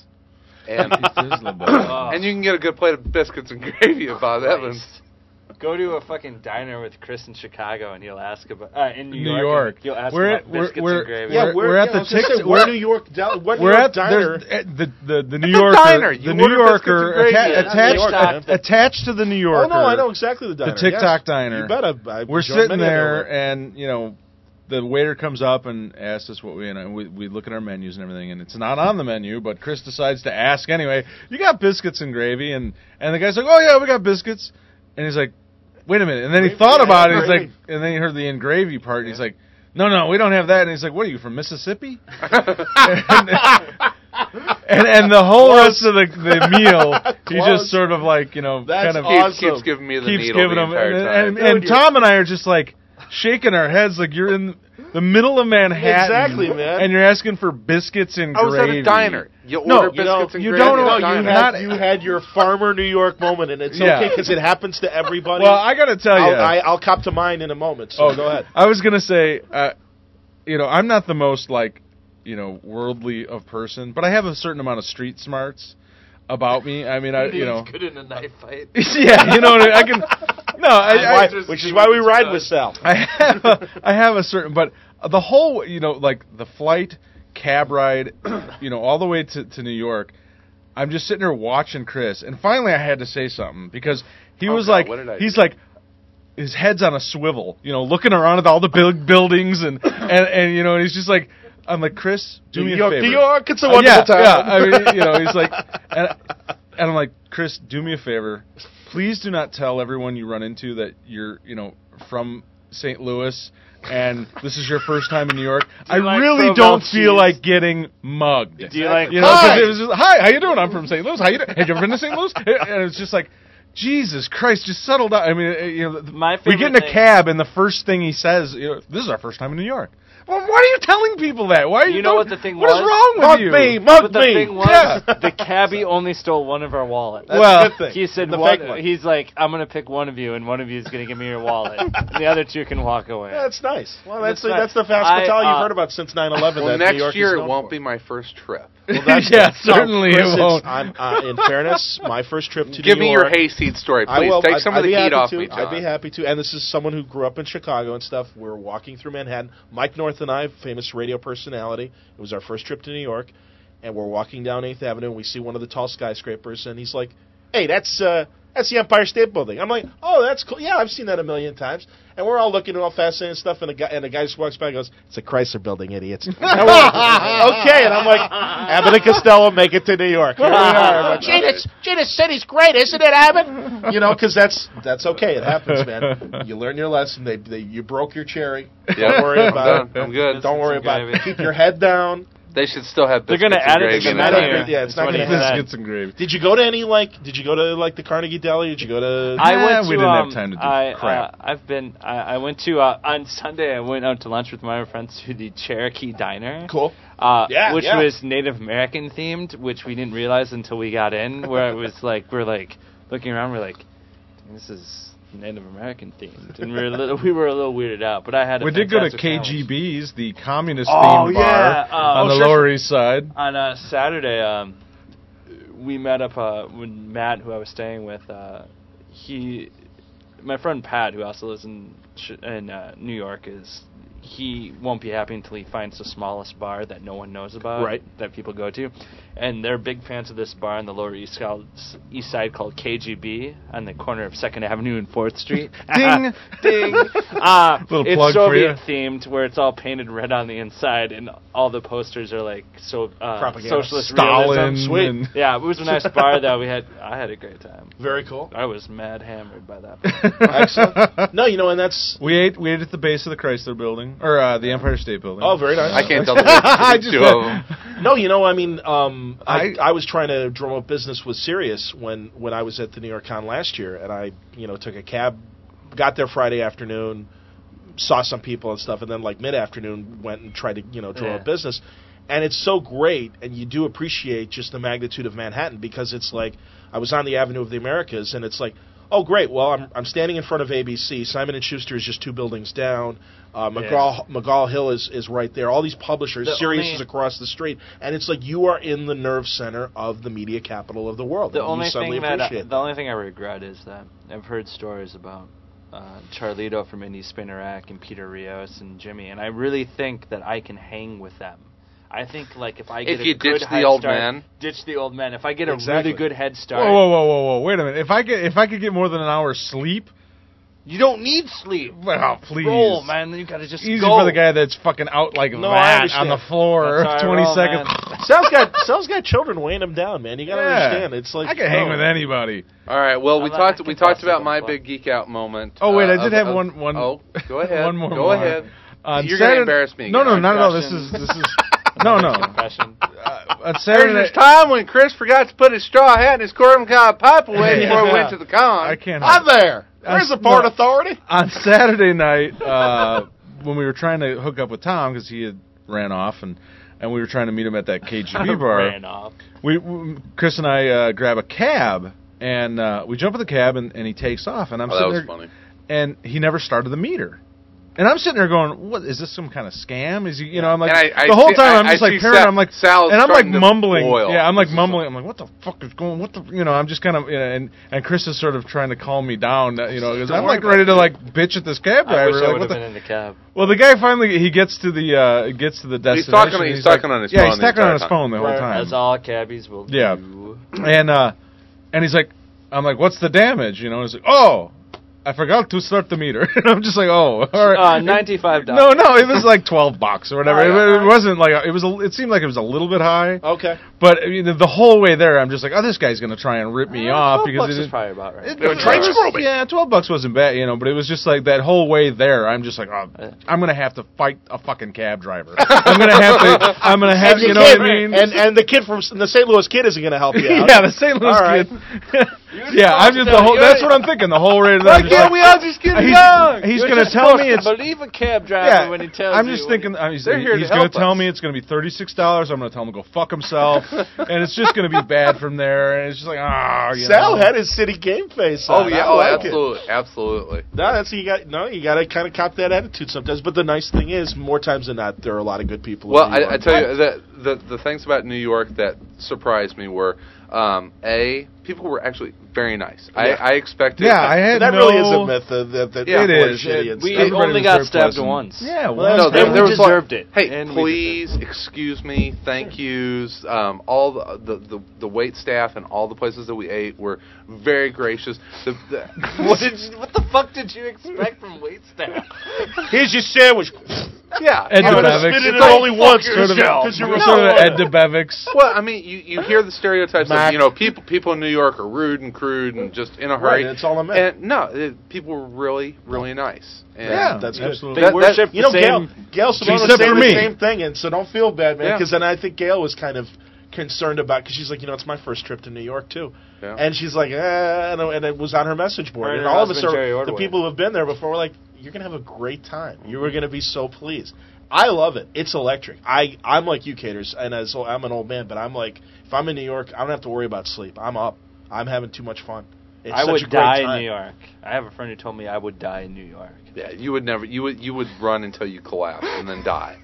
B: And, and you can get a good plate of biscuits and gravy at Bob
D: Christ.
B: Evans.
D: Go to a fucking diner with Chris in Chicago, and he'll ask about uh, in New,
A: New
D: York.
A: York.
D: and You'll ask
A: We're
D: about
A: at- we're-
D: biscuits
A: we're-
D: and gravy.
A: Yeah, we're- we're at
C: yeah,
A: the
C: I was gonna
A: Tics-
C: say,
A: we're
C: what
A: at-
C: New York, Del- what New
A: We're
C: York
A: at
C: diner?
A: there's- at the the the New
C: At the
A: Yorker.
C: diner. You
A: The New
C: order biscuits and
A: Yorker
C: gravy.
A: atta-
C: Yeah, that's
A: attached
C: New York.
A: attached to the New
C: Oh
A: Yorker.
C: no, I know exactly the diner.
A: The TikTok
C: yes.
A: diner.
C: You bet. I, I
A: We're
C: enjoyed
A: sitting
C: many of their
A: there,
C: work.
A: and you know, the waiter comes up and asks us what we and we, we look at our menus and everything, and it's not on the menu, but Chris decides to ask anyway. You got biscuits and gravy, and and the guy's like, oh yeah, we got biscuits, and he's like, wait a minute, and then he
C: Gravy,
A: thought
C: yeah,
A: about it, and he's
C: gravy.
A: like, and then he heard the in gravy part, and he's like. No, no, we don't have that. And he's like, "What are you from Mississippi?" and, and and the whole rest of the, the meal, he
B: Close.
A: just sort of like you know,
B: That's
A: kind of
B: awesome. Keeps- keeps giving me the
A: keeps
B: needle
A: giving
B: the
A: him-
B: entire
A: and-
B: time.
A: and, and
B: Dude, you're-
A: Tom and I are just like shaking our heads, like you're in the middle of Manhattan,
C: Exactly, man.
A: and you're asking for biscuits and
B: I was
A: gravy.
B: at a diner. You
A: no,
B: order
A: you
B: biscuits
A: know,
B: and
A: you
B: gravy
A: don't.
B: at a
A: know-
B: diner.
A: you're
C: you
A: not.
C: had, you had your farmer New York moment, and it's
A: Yeah.
C: okay because it happens to everybody.
A: Well, I gotta tell
C: I'll,
A: ya. Oh,
C: I, I'll cop to mine in a moment. So go ahead.
A: I was gonna say, uh, you know, I'm not the most like, you know, worldly of person, but I have a certain amount of street smarts about me. I mean, I you know,
D: good in a knife fight.
A: yeah, you know, what I, I can. No, I, I,
C: Why- which is why we ride with Sal.
A: I have a, I have a certain, but the whole, you know, like the flight, cab ride, you know, all the way to, to New York. I'm just sitting there watching Chris, and finally I had to say something because he
B: Oh,
A: was
B: God,
A: like,
B: what did I
A: he's
B: do?
A: like, his head's on a swivel, you know, looking around at all the build buildings and and and you know, and he's just like, I'm like, Chris, do
C: New
A: me
C: York-
A: a favor.
C: New York, it's a
A: Uh,
C: wonderful
A: yeah,
C: town.
A: Yeah, I mean, you know, he's like, and, and I'm like, Chris, do me a favor, please do not tell everyone you run into that you're, you know, from St. Louis. And this is your first time in New York. I
D: like
A: really
D: Provolone
A: don't feel
D: cheese?
A: like getting mugged.
D: Do you like-
A: you know, 'cause
D: Hi!
A: it was just, hi, how you doing? I'm from St. Louis. How you doing? Have you ever been to St. Louis? And it's just like, Jesus Christ, just settle down. I mean, uh, you know, th-
D: My
A: we get in
D: favorite
A: a
D: thing-
A: cab, and the first thing he says, you know, "This is our first time in New York." Well, why are you telling people that? Why are you?
D: You know
A: don't-
D: what the thing
A: What
D: was?
A: is wrong with
D: Mug
A: you?
D: me, mug But the me. thing was, the cabbie only stole one of our wallets.
A: That's Well- a good thing.
D: he said
A: The
D: one-
A: fake one.
D: he's like, I'm gonna pick one of you, and one of you is gonna give me your wallet. the other two can walk away.
C: Yeah, that's nice. Well,
D: That's
C: that's the,
D: nice.
C: that's the fast
D: I,
C: hospitality
D: uh,
C: you've heard about since 9/11.
B: well,
C: that New York
B: next
C: is
B: year it
C: known
B: won't be my first trip.
C: Well, that's
A: Yeah,
C: good. No,
A: certainly it
C: Chris, it's-
A: won't.
C: I'm, uh, in fairness, my first trip to
B: Give
C: New
B: me your
C: York.
B: hayseed story,
C: I
B: please.
C: will-
B: Take
C: I'd-
B: some
C: I'd
B: of the
C: be
B: heat
C: happy
B: off
C: to.
B: me,
C: I'd be
B: John.
C: happy to. And this is someone who grew up in Chicago and stuff. We're walking through Manhattan. Mike North and I, famous radio personality. It was our first trip to New York, and we're walking down Eighth Avenue. and We see one of the tall skyscrapers, and he's like, "Hey, that's." Uh, that's the Empire State Building. I'm like, oh, that's cool. Yeah, I've seen that a million times. And we're all looking at all fascinating stuff, and a guy and a guy just walks by and goes, "It's a Chrysler Building, idiots." And we're like, okay, and I'm like, Abbott and Costello make it to New York. Here we are. Gee, that's- gee, the city's great, isn't it, Abbott? You know, because that's that's okay. It happens, man. You learn your lesson. They, they you broke your cherry. Don't worry
B: I'm
C: about it.
B: done. I'm good.
C: Don't worry about it. Keep your head down.
B: They should still have.
C: They're gonna
B: biscuits and
C: add it to
B: gravy in there.
C: the menu. Yeah, it's not gonna
A: Let's
C: happen.
A: get some gravy.
C: Did you go to any like? Did you go to like the Carnegie Deli? Did you go to?
D: I went
A: Eh,
D: to,
A: we didn't have
D: um,
A: time to do
D: I,
A: crap.
D: Uh, I've been. I, I went to uh, on Sunday. I went out to lunch with my friends to the Cherokee Diner.
C: Cool.
D: Uh,
C: Yeah,
D: which
C: yeah.
D: was Native American themed, which we didn't realize until we got in. Where it was like we're like looking around, we're like, this is Native American themed, and we were a little, we were a little weirded out. But I had. A
A: we did go to
D: fantastic time.
A: KGB's, the communist
D: Oh,
A: themed
D: yeah,
A: bar
D: uh,
A: on
D: oh,
A: the
D: sure,
A: Lower
D: sure.
A: East Side.
D: on uh, Saturday, um, we met up uh, with Matt, who I was staying with. Uh, he, my friend Pat, who also lives in Ch- in uh, New York, is he won't be happy until he finds the smallest bar that no one knows about,
C: Right.
D: That people go to, and they're big fans of this bar on the Lower East Side, East Side called KGB on the corner of Second Avenue and Fourth Street.
A: Ding.
D: ding. Uh,
A: Little
D: it's
A: plug for you.
D: Soviet themed, where it's all painted red on the inside, and all the posters are like so uh,
C: Propaganda.
D: socialist
A: Stalin
D: realism.
A: Sweet. and-
D: Yeah, it was a nice bar though. We had I had a great time.
C: Very cool.
D: I was mad hammered by that.
C: Excellent. No, you know, and that's
A: We ate. We ate at the base of the Chrysler Building or uh, the Empire State Building.
C: Oh, very nice.
B: I can't tell the difference
A: I
B: between
A: just
B: two of them.
C: No, you know, I mean, um, I,
A: I-
C: I was trying to drum up business with Sirius when when I was at the New York Con last year, and I you know took a cab, got there Friday afternoon, saw some people and stuff, and then like mid afternoon went and tried to you know drum
D: Yeah.
C: up business, and it's so great, and you do appreciate just the magnitude of Manhattan because it's like I was on the Avenue of the Americas, and it's like. Oh great! Well, I'm I'm standing in front of ABC. Simon and Schuster is just two buildings down. Uh, McGraw McGraw Hill is, is right there. All these publishers,
D: The
C: Sirius
D: only-
C: is across the street, and it's like you are in the nerve center of the media capital of the world.
D: The
C: and
D: only
C: you suddenly
D: thing that I,
C: appreciate
D: the only thing I regret is that I've heard stories about uh, Charlito from Indie Spinnerack and Peter Rios and Jimmy, and I really think that I can hang with them. I think like if I get
B: If
D: a
B: you
D: good
B: ditch the
D: head
B: old
D: start-
B: man.
D: ditch the old man. If I get a
C: Exactly.
D: really good head start,
A: Whoa, whoa, whoa, whoa, whoa! Wait a minute. If I could, if I could get more than an hour's sleep,
D: you don't need sleep.
A: well, please.
D: Roll, man. You gotta just
A: Easy
D: go.
A: for the guy that's fucking out like
C: No,
A: that
C: I
A: on
C: understand.
A: the floor
D: That's how I
A: twenty
D: roll,
A: seconds.
D: man.
C: it. Sal's got Sal's got children weighing him down, man. You gotta
A: Yeah.
C: understand. It's like oh.
A: I can hang
C: no.
A: with anybody.
B: All right. Well, we
D: I like-
B: talked.
D: I
B: We
D: can
B: talked
D: possibly
B: about
D: go
B: my
D: far.
B: big geek out moment.
A: Oh wait,
B: uh,
A: I did
B: of-
A: have
B: of-
A: one. One.
B: Oh, go ahead.
A: One more.
B: Go
A: moment.
B: ahead.
A: On
B: You're gonna
A: Saturday-
B: embarrass me
A: No, no,
B: again.
A: not at all. This is this is. No, no.
D: Confession.
A: Uh, on
B: There's
A: Saturday.
B: this time when Chris forgot to put his straw hat and his corn cob pipe away
A: Yeah.
B: before we went to the con.
A: I can't.
C: I'm there. Where's
A: Uh,
C: the port
A: no.
C: authority?
A: on Saturday night uh, when we were trying to hook up with Tom because he had ran off and and we were trying to meet him at that KGB
D: Ran
A: bar.
D: off.
A: We, we Chris and I uh, grab a cab and uh, we jump in the cab and, and he takes off and I'm
B: Oh, that
A: sitting
B: was
A: there
B: funny.
A: and he never started the meter. And I'm sitting there going, "What is this? Some kind of scam? Is he? You know, I'm like
B: And I- I
A: the whole
B: see-
A: time
B: I-
A: I'm
B: I
A: just like
B: see
A: paranoid.
B: Sal-
A: I'm like,
B: Sal's
A: and I'm like
B: starting to
A: mumbling.
B: boil.
A: Yeah, I'm like
B: This is
A: mumbling. I'm like, what the fuck is going? What the? You know, I'm just kind of you know, and and Chris is sort of trying to calm me down. uh, You know, because
D: Don't
A: I'm
D: worry
A: like
D: about
A: ready to
D: it.
A: like bitch at this cab
D: I
A: driver.
D: wish I
A: like,
D: would
A: what
D: have
A: the-
D: been in the cab.
A: well, the guy finally he gets to the uh gets to the destination.
B: talking-
A: and
B: he's
A: like-
B: talking on his
A: yeah,
B: phone
A: he's
B: the
A: talking on
B: entire
A: his
B: time.
A: phone the whole
D: That's
A: time.
D: all cabbies will
A: Yeah.
D: do.
A: and uh, and he's like, I'm like, what's the damage? You know, and he's like, oh, I forgot to start the meter, and I'm just like, oh, all right,
D: Uh, $95.
A: No, no, it was like 12 bucks or whatever.
D: All right,
A: it,
D: all
A: it wasn't like it was. A, it seemed like it was a little bit high.
C: Okay.
A: But I mean, the- the whole way there, I'm just like, oh, this guy's gonna try and rip me off because
D: Uh, bucks
A: he
D: is
A: didn't-
D: probably about right.
A: It- it was- Yeah, twelve bucks wasn't bad, you know, but it was just like that whole way there. I'm just like, oh,
D: Uh,
A: I'm gonna have to fight a fucking cab driver. I'm gonna have to. I'm gonna have.
C: And the
A: You know what
C: kid-
A: I mean?
C: And and the kid from the St. Louis kid isn't going to help you out.
A: Yeah, the St. Louis
C: All right.
A: kid. yeah, I'm just the whole. That's what I'm thinking. The whole rate.
C: Why can't we all
D: just get
A: he's,
D: along?
A: He's
D: You're
A: gonna
D: just
A: tell
D: supposed
A: me
D: to
A: it's.
D: believe a cab driver when he tells
A: I'm
D: you
A: just
D: what he-
A: thinking. I mean, he's
D: They're here
A: he's
D: to
A: gonna
D: help
A: tell
D: us.
A: me it's gonna be thirty six dollars. I'm gonna tell him to go fuck himself, and it's just gonna be bad from there. And it's just like ah, you
C: Sal
A: know.
C: had his city game face.
A: Oh,
C: on.
A: yeah,
C: I
A: oh,
C: like it.
B: Absolutely, absolutely.
C: No, that's you got. No, you got to kind of cop that attitude sometimes. But the nice thing is, more times than not, there are a lot of good people. in
B: Well, I,
C: New
B: I
C: York.
B: tell you, the, the the things about New York that surprised me were, um, a people were actually very nice.
C: Yeah.
B: I, I expected.
C: Yeah, I had That really no- is a myth, uh, that- that
B: yeah,
C: people are It is. shitty and
B: We
C: stuff. Everybody
B: only
C: was
B: got
C: very
B: stabbed
C: pleasant.
B: once.
C: Yeah, well, that's
B: there,
C: fine.
B: there
C: We
B: was like,
C: deserved it.
B: Hey,
C: And we
B: please excuse me, thank yous. Um, all the, the the the wait staff and all the places that we ate were very gracious. The, the,
D: What did you, what the fuck did you expect from waitstaff?
C: Here's your sandwich.
B: Yeah,
A: Ed
B: I'm gonna
A: DeBevick's.
B: spit in it only once
A: Sort of,
B: 'cause you're a
A: sort of
B: sellout.
A: Ed DeBevick's.
B: Well, I mean, you, you hear the stereotypes
A: Mac.
B: of you know people people in New York are rude and crude and just in a
C: Right,
B: hurry.
C: that's all I meant.
B: And no, it, people were really really nice. And
C: Yeah, that's absolutely.
B: That- that-
C: you know, Gail, Gail Simone was saying the same thing, and so don't feel bad, man.
B: Yeah.
C: Because then I think Gail was kind of concerned about because she's like, you know, it's my first trip to New York too,
B: Yeah.
C: and she's like, eh, and, and it was on her message board,
D: Her and
C: and
D: her
C: all of us
D: husband,
C: are
D: Jerry
C: the
D: Ordway.
C: people who have been there before. We're like, you're gonna have a great time. You were gonna be so pleased. I love it. It's electric. I I'm like you, Caters, and as I'm an old man, but I'm like, if I'm in New York, I don't have to worry about sleep. I'm up. I'm having too much fun. It's
D: I
C: such
D: would
C: a great
D: die
C: time.
D: in New York. I have a friend who told me I would die in New York.
B: Yeah, you would never. You would you would run until you collapse and then die.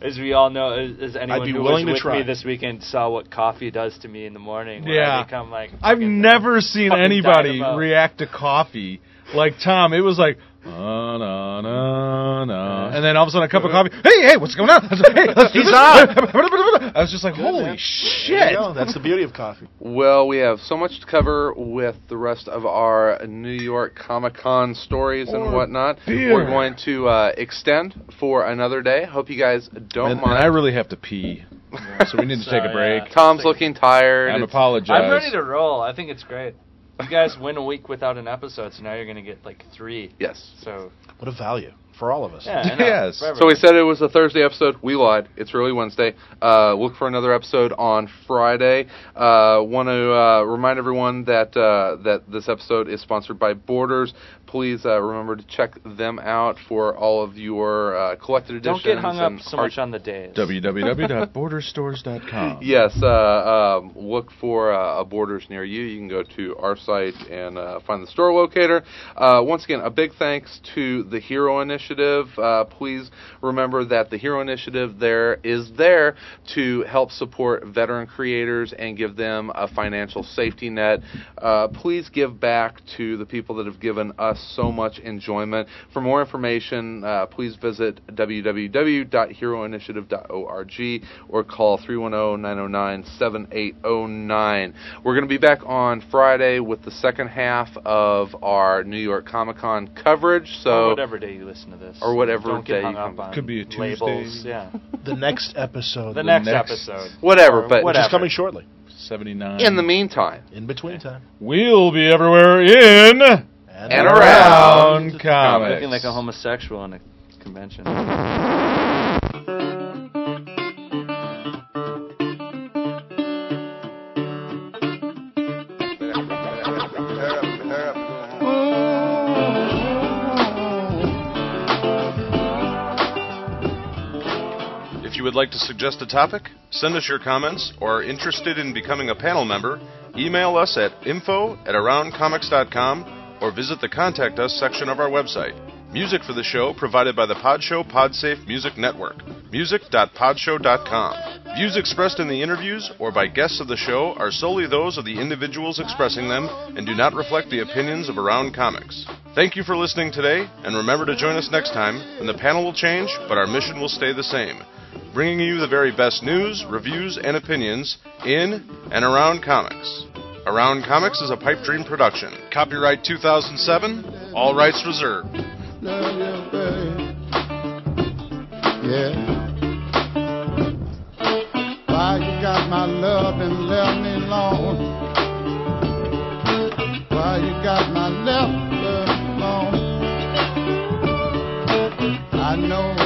D: As we all know, as, as anyone
B: be
D: who
B: willing
D: was
B: to
D: with
B: try.
D: me this weekend saw what coffee does to me in the morning. when I
A: Yeah.
D: become like
A: I've never seen
D: fucking
A: anybody
D: dynamo.
A: react to coffee like Tom. It was like. "Na, na, na, na," And then all of a sudden, a cup of coffee. Hey, hey, what's going on? I was like, hey, let's do
C: He's
A: this.
C: on.
A: I was just like, holy
C: There
A: shit!
C: you go. That's the beauty of coffee.
B: Well, we have so much to cover with the rest of our New York Comic Con stories and
A: Or
B: whatnot.
A: beer.
B: We're going to uh, extend for another day. Hope you guys don't
A: And, and
B: mind.
A: I really have to pee, so we need to take a break.
B: Tom's looking tired.
A: I'm
B: It's-
A: apologize.
D: I'm ready to roll. I think it's great. You guys win a week without an episode, so now you're going to get like three.
B: Yes.
D: So
C: What a value for all of us.
D: Yeah, I know.
A: Yes.
D: Forever.
B: So we said it was a Thursday episode. We lied. It's really Wednesday. Uh, look for another episode on Friday. Uh, Want to uh, remind everyone that uh, that this episode is sponsored by Borders. Please uh, remember to check them out for all of your uh, collected
D: Don't
B: editions.
D: get hung up
B: and
D: so
B: art-
D: much on the days.
A: www.borderstores.com.
B: Yes, uh, um, look for uh, a Borders near you. You can go to our site and uh, find the store locator. Uh, once again, a big thanks to the Hero Initiative. Uh, please remember that the Hero Initiative there is there to help support veteran creators and give them a financial safety net. Uh, please give back to the people that have given us so much enjoyment. For more information, uh, please visit www.heroinitiative.org or call 310-909-7809. We're going to be back on Friday with the second half of our New York Comic Con coverage. So
D: Or whatever day you listen to this.
B: or whatever
D: Don't get
B: day
D: hung
B: you
D: up
B: come-
D: on labels. Yeah.
C: The next episode.
D: The next episode.
B: Whatever,
D: Or
B: but
C: Which is coming shortly.
A: 79.
B: In the meantime,
C: In between time.
A: We'll be everywhere in and, around comics.
D: Looking like a homosexual in a convention.
R: If you would like to suggest a topic, send us your comments, or are interested in becoming a panel member, email us at info at aroundcomics.com or visit the Contact Us section of our website. Music for the show provided by the Podshow Podsafe Music Network. Music.podshow.com. Views expressed in the interviews or by guests of the show are solely those of the individuals expressing them and do not reflect the opinions of Around Comics. Thank you for listening today, and remember to join us next time when the panel will change, but our mission will stay the same.
A: bringing you the very best news, reviews, and opinions in and around comics. Around Comics is a Pipe Dream production. Copyright 2007, all rights reserved.
S: Yeah. Why you got my love and left me alone? Why you got my left love alone? I know Oh, oh,